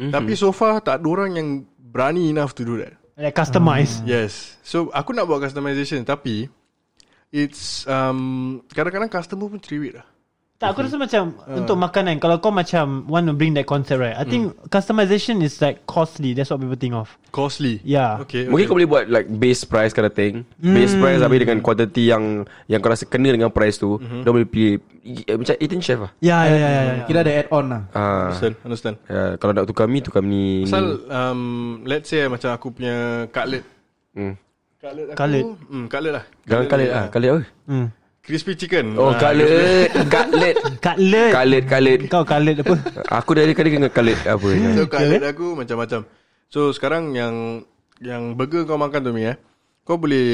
Speaker 1: mm-hmm. Tapi so far Tak ada orang yang Berani enough to do that
Speaker 4: Like customize
Speaker 5: Hmm.
Speaker 1: Yes So aku nak buat customization Tapi It's um, Kadang-kadang customer pun cerewet lah
Speaker 4: Tak aku rasa macam uh. Untuk makanan Kalau kau macam Want to bring that concept right I think
Speaker 5: Hmm.
Speaker 4: Customization is like Costly That's what people think of
Speaker 1: Costly
Speaker 4: Yeah.
Speaker 1: Okay, okay.
Speaker 5: Mungkin kau boleh buat like base price kind of thing.
Speaker 1: Hmm.
Speaker 5: Base price tapi dengan quantity yang yang kau rasa kena dengan price tu.
Speaker 1: Mhm.
Speaker 5: Dia boleh pilih eh, macam Eating Chef lah.
Speaker 4: Yeah yeah yeah, yeah, yeah.
Speaker 6: Kira ada add on lah
Speaker 5: Ah,
Speaker 1: Understand Understand
Speaker 5: ya, kalau nak tukar mi tukar mi.
Speaker 1: Pasal um, Let's say macam aku punya Cutlet
Speaker 5: Hmm.
Speaker 1: Cutlet aku
Speaker 4: Cutlet.
Speaker 1: Hmm, cutlet lah
Speaker 5: Jangan kalit ah, kalit apa?
Speaker 4: Hmm.
Speaker 1: Crispy chicken
Speaker 5: Oh,
Speaker 1: Ah,
Speaker 5: kalit, kalit,
Speaker 4: Cutlet
Speaker 5: kalit, kalit.
Speaker 4: Kau cutlet apa
Speaker 5: Aku dari kali kena kalit apa ni.
Speaker 1: So cutlet
Speaker 5: eh?
Speaker 1: aku macam-macam So sekarang yang Yang burger kau makan tu Mi eh Kau boleh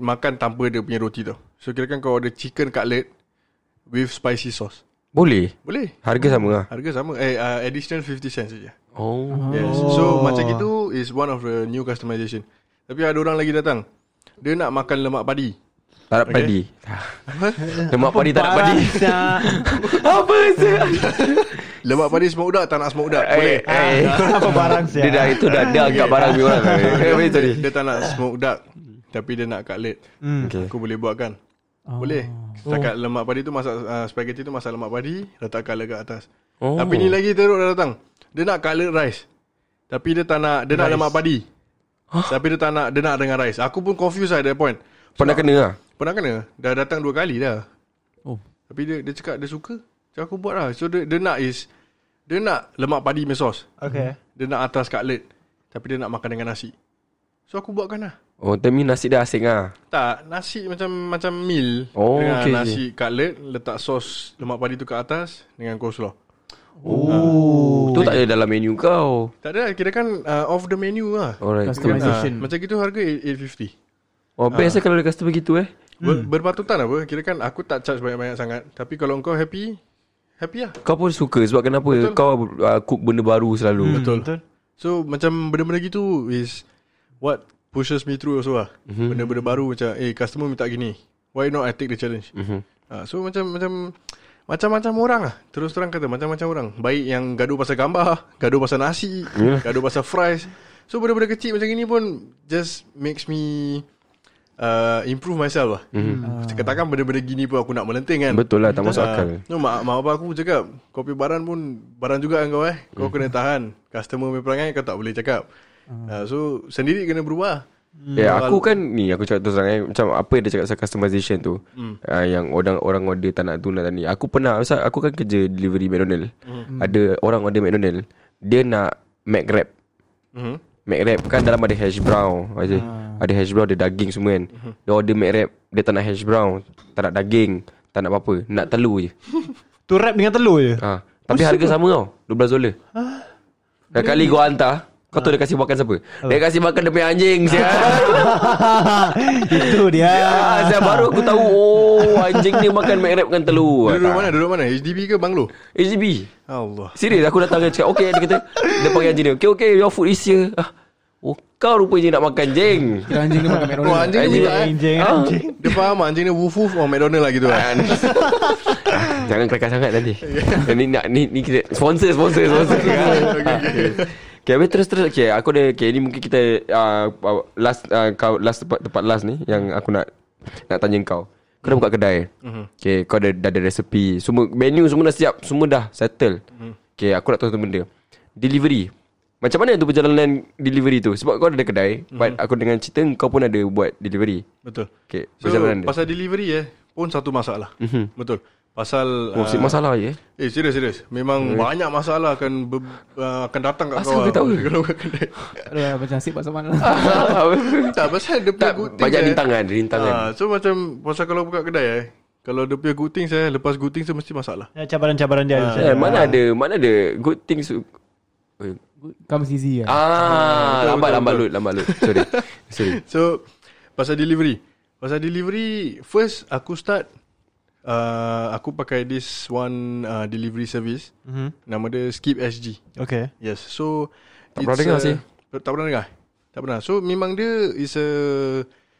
Speaker 1: Makan tanpa dia punya roti tu So kirakan kau order chicken cutlet With spicy sauce
Speaker 5: Boleh.
Speaker 1: Boleh
Speaker 5: Harga sama lah.
Speaker 1: Harga sama Eh uh, additional 50 cents saja
Speaker 5: Oh.
Speaker 1: Yes So macam gitu Is one of the new customization Tapi ada orang lagi datang Dia nak makan lemak padi
Speaker 5: Tak nak
Speaker 1: Okay.
Speaker 5: padi. Lemak padi tak nak padi.
Speaker 4: Dah.
Speaker 5: Apa sih?
Speaker 1: Lemak padi semua udak Tak nak semua udak Boleh
Speaker 5: Eh, eh.
Speaker 4: Kau apa barang sia
Speaker 5: Dia dah itu dah dia angkat barang ni orang. Eh, wait, sorry.
Speaker 1: Dia tak nak smoke duck Tapi dia nak cutlet
Speaker 5: Hmm. Okay.
Speaker 1: Aku boleh buat kan Hmm. oh. Boleh Setakat lemak padi tu masak uh, Spaghetti tu masak lemak padi Letak colour kat atas
Speaker 5: Oh.
Speaker 1: oh. Tapi ni lagi teruk dah datang Dia nak colour rice Tapi dia tak nak Dia rice. nak lemak padi huh? Tapi dia tak nak Dia nak dengan rice Aku pun confused lah at that point
Speaker 5: Pernah kena lah.
Speaker 1: Pernah kena Dah datang dua kali dah
Speaker 6: Oh.
Speaker 1: Tapi dia dia cakap dia suka So aku buat lah So dia, dia nak is Dia nak lemak padi punya sauce
Speaker 4: Okay
Speaker 1: Dia nak atas cutlet Tapi dia nak makan dengan nasi So aku buatkan lah
Speaker 5: Oh, tapi nasi dia asing ah.
Speaker 1: Tak, nasi macam macam meal
Speaker 5: Oh,
Speaker 1: dengan
Speaker 5: okey,
Speaker 1: nasi cutlet, letak sos lemak padi tu ke atas dengan coleslaw.
Speaker 5: Oh. Tu tak ada dalam menu kau.
Speaker 1: Tak ada, kira kan uh, off the menu lah.
Speaker 5: Alright.
Speaker 1: Kira, ah,
Speaker 6: Customization
Speaker 1: macam gitu harga 850.
Speaker 5: Oh, best lah kalau dia customer gitu eh.
Speaker 1: Ber, berpatutan apa? Kira kan aku tak charge banyak-banyak sangat. Tapi kalau kau happy, happy lah.
Speaker 5: Kau pun suka sebab kenapa Betul. kau uh, cook benda baru selalu.
Speaker 1: Betul. Betul. So macam benda-benda gitu is what pushes me through also lah. Mm-hmm. Benda-benda baru macam eh customer minta gini. Why not I take the challenge? Mm-hmm. Uh, so macam macam macam-macam orang lah Terus terang kata Macam-macam orang Baik yang gaduh pasal gambar Gaduh pasal nasi yeah. Gaduh pasal fries So benda-benda kecil macam ini pun Just makes me uh, Improve myself lah mm-hmm. Katakan benda-benda gini pun Aku nak melenting kan
Speaker 5: Betul lah, tak masuk
Speaker 1: Ah,
Speaker 5: akal.
Speaker 1: No, mak, mak abang aku pun cakap Kopi barang pun Barang juga kan kau eh Kau
Speaker 5: Hmm.
Speaker 1: kena tahan Customer punya perangai Kau tak boleh cakap Ah, So sendiri kena berubah
Speaker 5: Ya, yeah, aku kan ni aku cakap terus terang eh, macam apa yang dia cakap pasal customization tu. Mm. Uh, yang orang orang order tak nak tu nak ni. Aku pernah pasal aku kan kerja delivery McDonald. Mm. Ada orang order McDonald, dia nak Mac wrap.
Speaker 1: Mhm.
Speaker 5: Mac wrap kan dalam ada hash brown aja. Ada hash brown, ada daging semua kan. Dia order Mac wrap, dia tak nak hash brown, tak nak daging, tak nak apa-apa, nak telur je.
Speaker 4: Tu wrap dengan telur je
Speaker 5: Ha. Tapi harga sama tau 12 dolar Dan kali kau hantar Kau tahu dia kasih makan siapa Dia kasih makan dia punya anjing Saya
Speaker 4: Itu
Speaker 6: Ya,
Speaker 4: dia
Speaker 5: Saya Ya, baru aku tahu Oh anjing dia makan McRap dengan telur
Speaker 1: Dia duduk mana? Duduk mana? HDB ke banglo?
Speaker 5: HDB
Speaker 1: Allah
Speaker 5: Serius aku datang dia cakap Okay dia kata Dia panggil anjing dia Okay okay your food is here ah, Oh kau rupanya nak makan jeng
Speaker 6: Kira anjing dia makan
Speaker 1: Oh
Speaker 6: McDonald's
Speaker 1: anjing dia minta eh
Speaker 4: Anjing
Speaker 5: Ah.
Speaker 4: Anjing
Speaker 1: Dia faham anjing dia woof woof Oh McDonald lah gitu lah
Speaker 5: Jangan kelakar sangat nanti Ni nak ni, ni kita Sponsor sponsor sponsor Ah, Okay, habis terus terus okay, aku ada okay, ni mungkin kita uh, last uh, kau last tempat, tempat last ni yang aku nak nak tanya kau. Kau dah buka kedai.
Speaker 1: Mhm.
Speaker 5: Okay, kau dah, dah ada resepi. Semua menu semua dah siap, semua dah settle.
Speaker 1: Mhm.
Speaker 5: Okay, aku nak tahu satu benda. Delivery. Macam mana tu perjalanan delivery tu? Sebab kau ada kedai,
Speaker 1: Mhm.
Speaker 5: but aku dengan cerita kau pun ada buat delivery.
Speaker 1: Betul
Speaker 5: Okay,
Speaker 1: So
Speaker 5: perjalanan dia. Mhm.
Speaker 1: pasal delivery eh Pun satu masalah Betul Pasal
Speaker 5: oh,
Speaker 1: ah,
Speaker 5: uh, masalah je eh.
Speaker 1: Eh serius serius Memang banyak masalah akan ber, uh, akan datang kat
Speaker 5: Asal
Speaker 1: kau
Speaker 5: kau tahu?
Speaker 1: lah. Kalau kau kedai
Speaker 6: Aduh, Macam nasib pasal mana
Speaker 1: Tak pasal dia punya
Speaker 5: tak,
Speaker 1: good things
Speaker 5: banyak
Speaker 1: eh.
Speaker 5: rintangan, rintangan.
Speaker 1: Ah, so macam pasal kalau buka kedai eh, kalau dia punya good things eh, lepas good things tu mesti lah. masalah.
Speaker 4: Ya, Cabaran-cabaran dia macam
Speaker 5: Eh, mana ada mana ada good things Oi.
Speaker 6: Comes easy lah
Speaker 5: Ah,
Speaker 1: betul,
Speaker 5: lambat
Speaker 1: betul,
Speaker 5: lambat
Speaker 1: betul.
Speaker 5: lut, lambat lut. Sorry. Sorry.
Speaker 1: So pasal delivery. Pasal delivery first aku start uh, aku pakai this one uh, delivery service. Mm-hmm.
Speaker 5: Mhm.
Speaker 1: Nama dia Skip SG.
Speaker 4: Okay
Speaker 1: Yes. So
Speaker 5: Tak pernah
Speaker 1: it's
Speaker 5: dengar
Speaker 1: a-
Speaker 5: sih.
Speaker 1: Tak pernah dengar. Tak pernah. So memang dia is a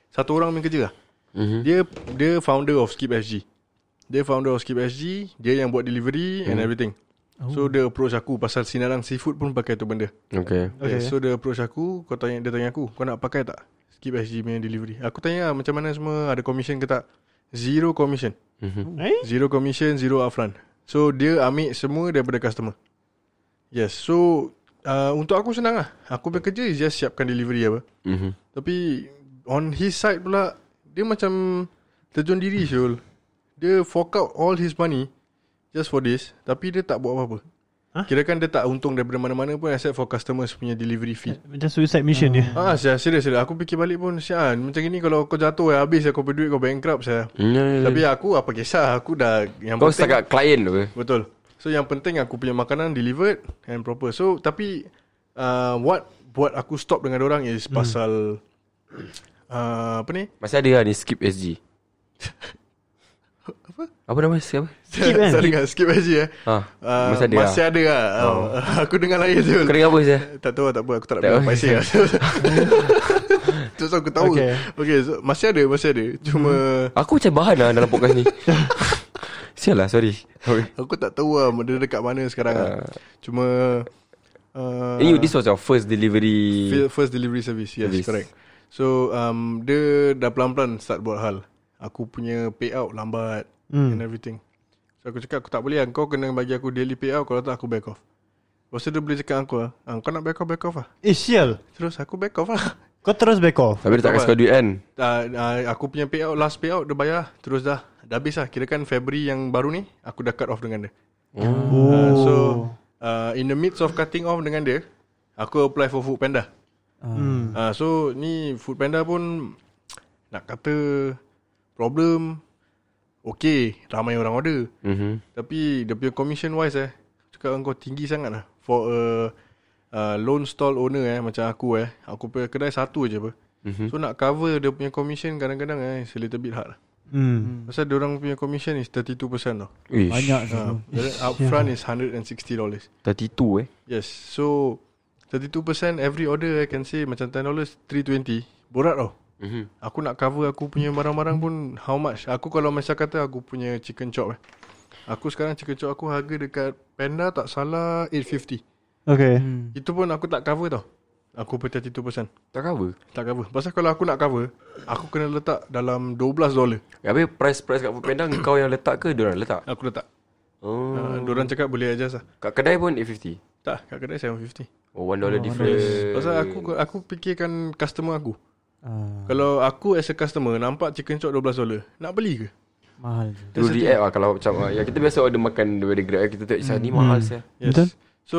Speaker 1: satu orang punya kerja lah. Mm-hmm. Dia dia founder of Skip SG. Dia founder of Skip SG Dia yang buat delivery
Speaker 5: Mhm.
Speaker 1: And everything oh. So dia approach aku Pasal Sinarang Seafood pun pakai tu benda
Speaker 5: Okay
Speaker 1: okay. So dia approach aku kau tanya, Dia tanya aku Kau nak pakai tak Skip SG punya delivery Aku tanya lah, macam mana semua Ada commission ke tak Zero commission
Speaker 4: Eh?
Speaker 1: Zero commission Zero upfront So dia ambil semua Daripada customer Yes So uh, Untuk aku senang lah Aku punya kerja Is just siapkan delivery apa
Speaker 5: mm-hmm.
Speaker 1: Tapi On his side pula Dia macam Terjun diri Syul Dia fork out all his money Just for this Tapi dia tak buat apa-apa huh?
Speaker 4: Hah?
Speaker 1: Kirakan dia tak untung Daripada mana-mana pun Except for customers punya delivery fee
Speaker 4: Macam suicide mission dia
Speaker 1: Ah, saya serius, serius. Aku fikir balik pun sian. Macam gini kalau kau jatuh eh, habis eh, kau punya duit kau bankrupt saya. Tapi aku apa kisah aku dah yang
Speaker 5: Hmm. Kau setakat klien tu ke?
Speaker 1: betul. So yang penting aku punya makanan delivered and proper. So tapi uh, what buat aku stop dengan orang is
Speaker 5: Hmm.
Speaker 1: pasal uh, apa ni?
Speaker 5: Masih ada lah ni skip SG Apa? Apa nama skip apa?
Speaker 4: Skip kan?
Speaker 1: Sorry kan skip aja eh.
Speaker 5: Ha,
Speaker 1: Uh,
Speaker 5: masih ada
Speaker 1: Masih
Speaker 5: lah
Speaker 1: ada lah. Oh. aku dengar lain tu.
Speaker 5: Kau dengar apa saya?
Speaker 1: Tak tahu lah, tak apa Aku tak nak
Speaker 5: Tak
Speaker 1: bilang
Speaker 5: apa.
Speaker 1: Paiseh lah Terus aku tahu okay.
Speaker 4: Okay.
Speaker 1: okay so, Masih ada Masih ada Cuma
Speaker 5: Aku macam bahan lah dalam podcast ni Sial lah sorry okay.
Speaker 1: Aku tak tahu lah Dia dekat mana sekarang uh, lah. Cuma uh,
Speaker 5: And Ah. Eh, you, this was your first delivery
Speaker 1: fi- First delivery service Yes
Speaker 5: Service.
Speaker 1: service. correct So um, Dia dah pelan-pelan Start buat hal Aku punya payout lambat mm. And everything So aku cakap Aku tak boleh lah Kau kena bagi aku daily payout Kalau tak aku back off Lepas tu dia boleh cakap aku lah ah, Kau nak back off Back off lah
Speaker 4: Eh sial
Speaker 1: Terus aku back off lah
Speaker 4: Kau terus back off
Speaker 5: Tapi dia tak kasih kau duit kan?
Speaker 1: uh, uh, aku punya payout last payout dia bayar terus dah dah habis lah kirakan Februari yang baru ni aku dah cut off dengan dia oh. uh, so uh, in the midst of cutting off dengan dia aku apply for food panda
Speaker 4: hmm.
Speaker 1: uh, so ni food panda pun nak kata problem okay ramai orang order
Speaker 5: Mm-hmm.
Speaker 1: tapi dia punya commission wise eh Cakap dengan kau tinggi sangat lah For a uh, Loan stall owner eh Macam aku eh Aku punya kedai satu je apa mm-hmm. So nak cover dia punya commission Kadang-kadang eh It's a little bit hard lah
Speaker 4: Hmm.
Speaker 1: Pasal diorang punya commission is 32% tau
Speaker 5: Ish,
Speaker 6: Banyak tu.
Speaker 1: uh, Upfront is $160
Speaker 5: 32 eh
Speaker 1: Yes So 32% every order I can say Macam $10 $320 Borat tau
Speaker 5: Mhm.
Speaker 1: Aku nak cover aku punya barang-barang pun How much Aku kalau macam kata Aku punya chicken chop eh Aku sekarang chicken chop aku Harga dekat Panda tak salah $8.50
Speaker 4: Okay
Speaker 1: Itu pun aku tak cover tau Aku pun 32%
Speaker 5: Tak cover
Speaker 1: Tak cover Pasal kalau aku nak cover Aku kena letak dalam $12
Speaker 5: Habis price-price kat Foodpanda Kau yang letak ke Diorang letak?
Speaker 1: Aku letak
Speaker 5: Oh.
Speaker 1: hmm. uh, Diorang cakap boleh adjust lah
Speaker 5: Kat kedai pun 8.50
Speaker 1: Tak kat kedai $7.50
Speaker 5: Oh one dollar difference
Speaker 1: Pasal aku aku fikirkan customer aku
Speaker 4: Ah.
Speaker 1: Kalau aku as a customer Nampak chicken chop $12 Nak beli ke?
Speaker 6: Mahal je.
Speaker 5: Through the app lah Kalau macam ah, ya, Kita biasa order makan Daripada Grab Kita tengok mm. Ni mahal saya
Speaker 1: Yes
Speaker 4: Betul.
Speaker 1: So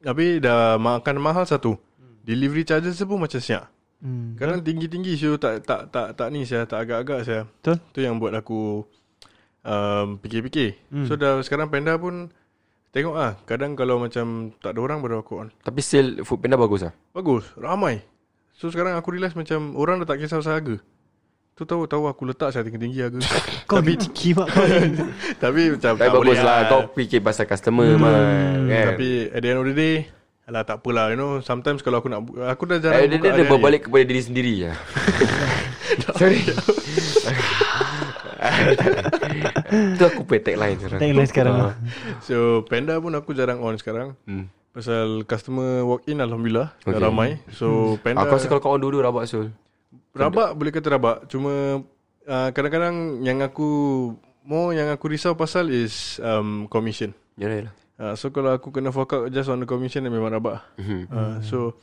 Speaker 1: Habis dah makan mahal satu Delivery charges dia pun macam siap
Speaker 6: Hmm.
Speaker 1: Kadang tinggi-tinggi Syul tak, tak tak tak ni saya Tak agak-agak saya
Speaker 4: Betul.
Speaker 1: Tu yang buat aku um, Fikir-fikir
Speaker 4: Hmm.
Speaker 1: So dah sekarang Panda pun Tengok ah Kadang kalau macam Tak ada orang baru aku on
Speaker 5: Tapi sale Foodpanda bagus lah
Speaker 1: Bagus Ramai So sekarang aku realise macam Orang dah tak kisah pasal harga Tu tahu-tahu aku letak saya tinggi-tinggi harga
Speaker 4: Kau gigi mak kau ni.
Speaker 1: Tapi macam
Speaker 5: Tapi bagus lah Kau fikir pasal customer hmm. kan?
Speaker 1: Tapi at the end of the day Alah tak apalah You know Sometimes kalau aku nak bu- Aku dah jarang
Speaker 5: Eh, dia, dia, dia
Speaker 1: hari-hari.
Speaker 5: berbalik kepada diri sendiri ya. Sorry. Itu aku punya tagline sekarang.
Speaker 4: Tagline lah sekarang.
Speaker 5: Ah.
Speaker 1: So Panda pun aku jarang on sekarang
Speaker 5: Hmm.
Speaker 1: Pasal customer walk in Alhamdulillah okay. Dah
Speaker 5: Okay.
Speaker 1: ramai So Panda
Speaker 5: Aku rasa kalau kau on dulu rabak sul.
Speaker 1: Rabak boleh kata rabak Cuma uh, Kadang-kadang Yang aku More yang aku risau pasal Is um, Commission
Speaker 5: Yalah yalah.
Speaker 1: uh, So kalau aku kena fork out Just on the commission Dia memang rabak uh, So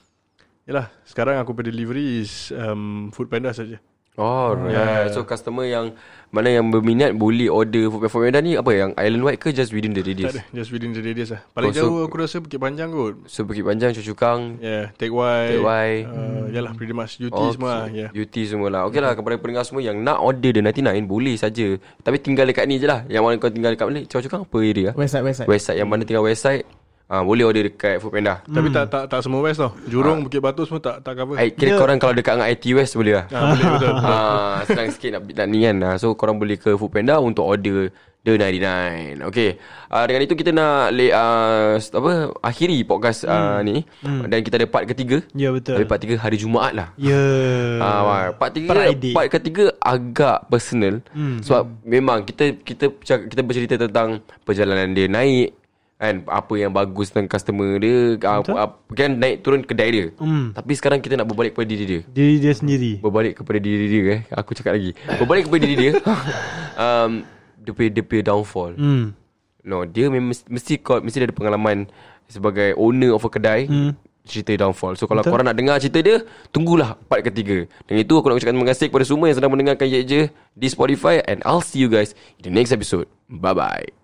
Speaker 1: Yalah Sekarang aku pay delivery Is um, Food Panda saja.
Speaker 5: Alright. Ya, So customer yang mana yang berminat boleh order food platform Medan ni apa yang island wide ke just within the
Speaker 1: Tak
Speaker 5: radius?
Speaker 1: ada Just within the radius lah Paling
Speaker 5: Oh, so-
Speaker 1: jauh aku rasa Bukit Panjang kot
Speaker 5: So Bukit Panjang, Choa Chu Kang,
Speaker 1: Yeah Take Y
Speaker 5: Teck Whye.
Speaker 1: uh, Yalah pretty much UT
Speaker 5: Oh,
Speaker 1: semua lah, Yeah
Speaker 5: UT semua lah Okey lah kepada pendengar semua Yang nak order the 99 Boleh saja Tapi tinggal dekat ni je lah Yang mana kau tinggal dekat mana Choa Chu Kang apa area
Speaker 6: Website, website.
Speaker 5: West side yang mana tinggal west side ah, Boleh order dekat Foodpanda
Speaker 1: Tapi tak tak tak semua West tau. Jurong, Bukit Batu semua tak tak cover.
Speaker 5: I, Kira korang kalau dekat dengan IT West boleh lah
Speaker 1: Ah, boleh betul.
Speaker 5: ah, Senang sikit nak, nak ni kan ah, So korang boleh ke Foodpanda untuk order The 99 Okay uh, Dengan itu kita nak lay, uh, apa Akhiri podcast hmm. uh, ni hmm. Dan kita ada part ketiga
Speaker 4: Ya, betul.
Speaker 5: Tapi part tiga hari Jumaat lah
Speaker 4: Ya
Speaker 5: Ah, part tiga
Speaker 4: Friday.
Speaker 5: part ketiga agak personal hmm. sebab memang kita kita cak- kita bercerita tentang perjalanan dia naik kan apa yang bagus tentang customer dia apa, apa kan naik turun kedai dia. Hmm. Tapi sekarang kita nak berbalik kepada diri dia.
Speaker 4: Diri dia sendiri
Speaker 5: Berbalik kepada diri dia eh. Aku cakap lagi. Berbalik kepada diri dia. um dia punya, dia punya downfall.
Speaker 4: Hmm
Speaker 5: No, dia memang mesti- mesti kau mesti dia ada pengalaman sebagai owner of a kedai. Hmm. Cerita downfall So kalau Betul. korang nak dengar cerita dia Tunggulah part ketiga Dan itu aku nak ucapkan terima kasih Kepada semua yang sedang mendengarkan Yek Je Di Spotify And I'll see you guys In the next episode Bye-bye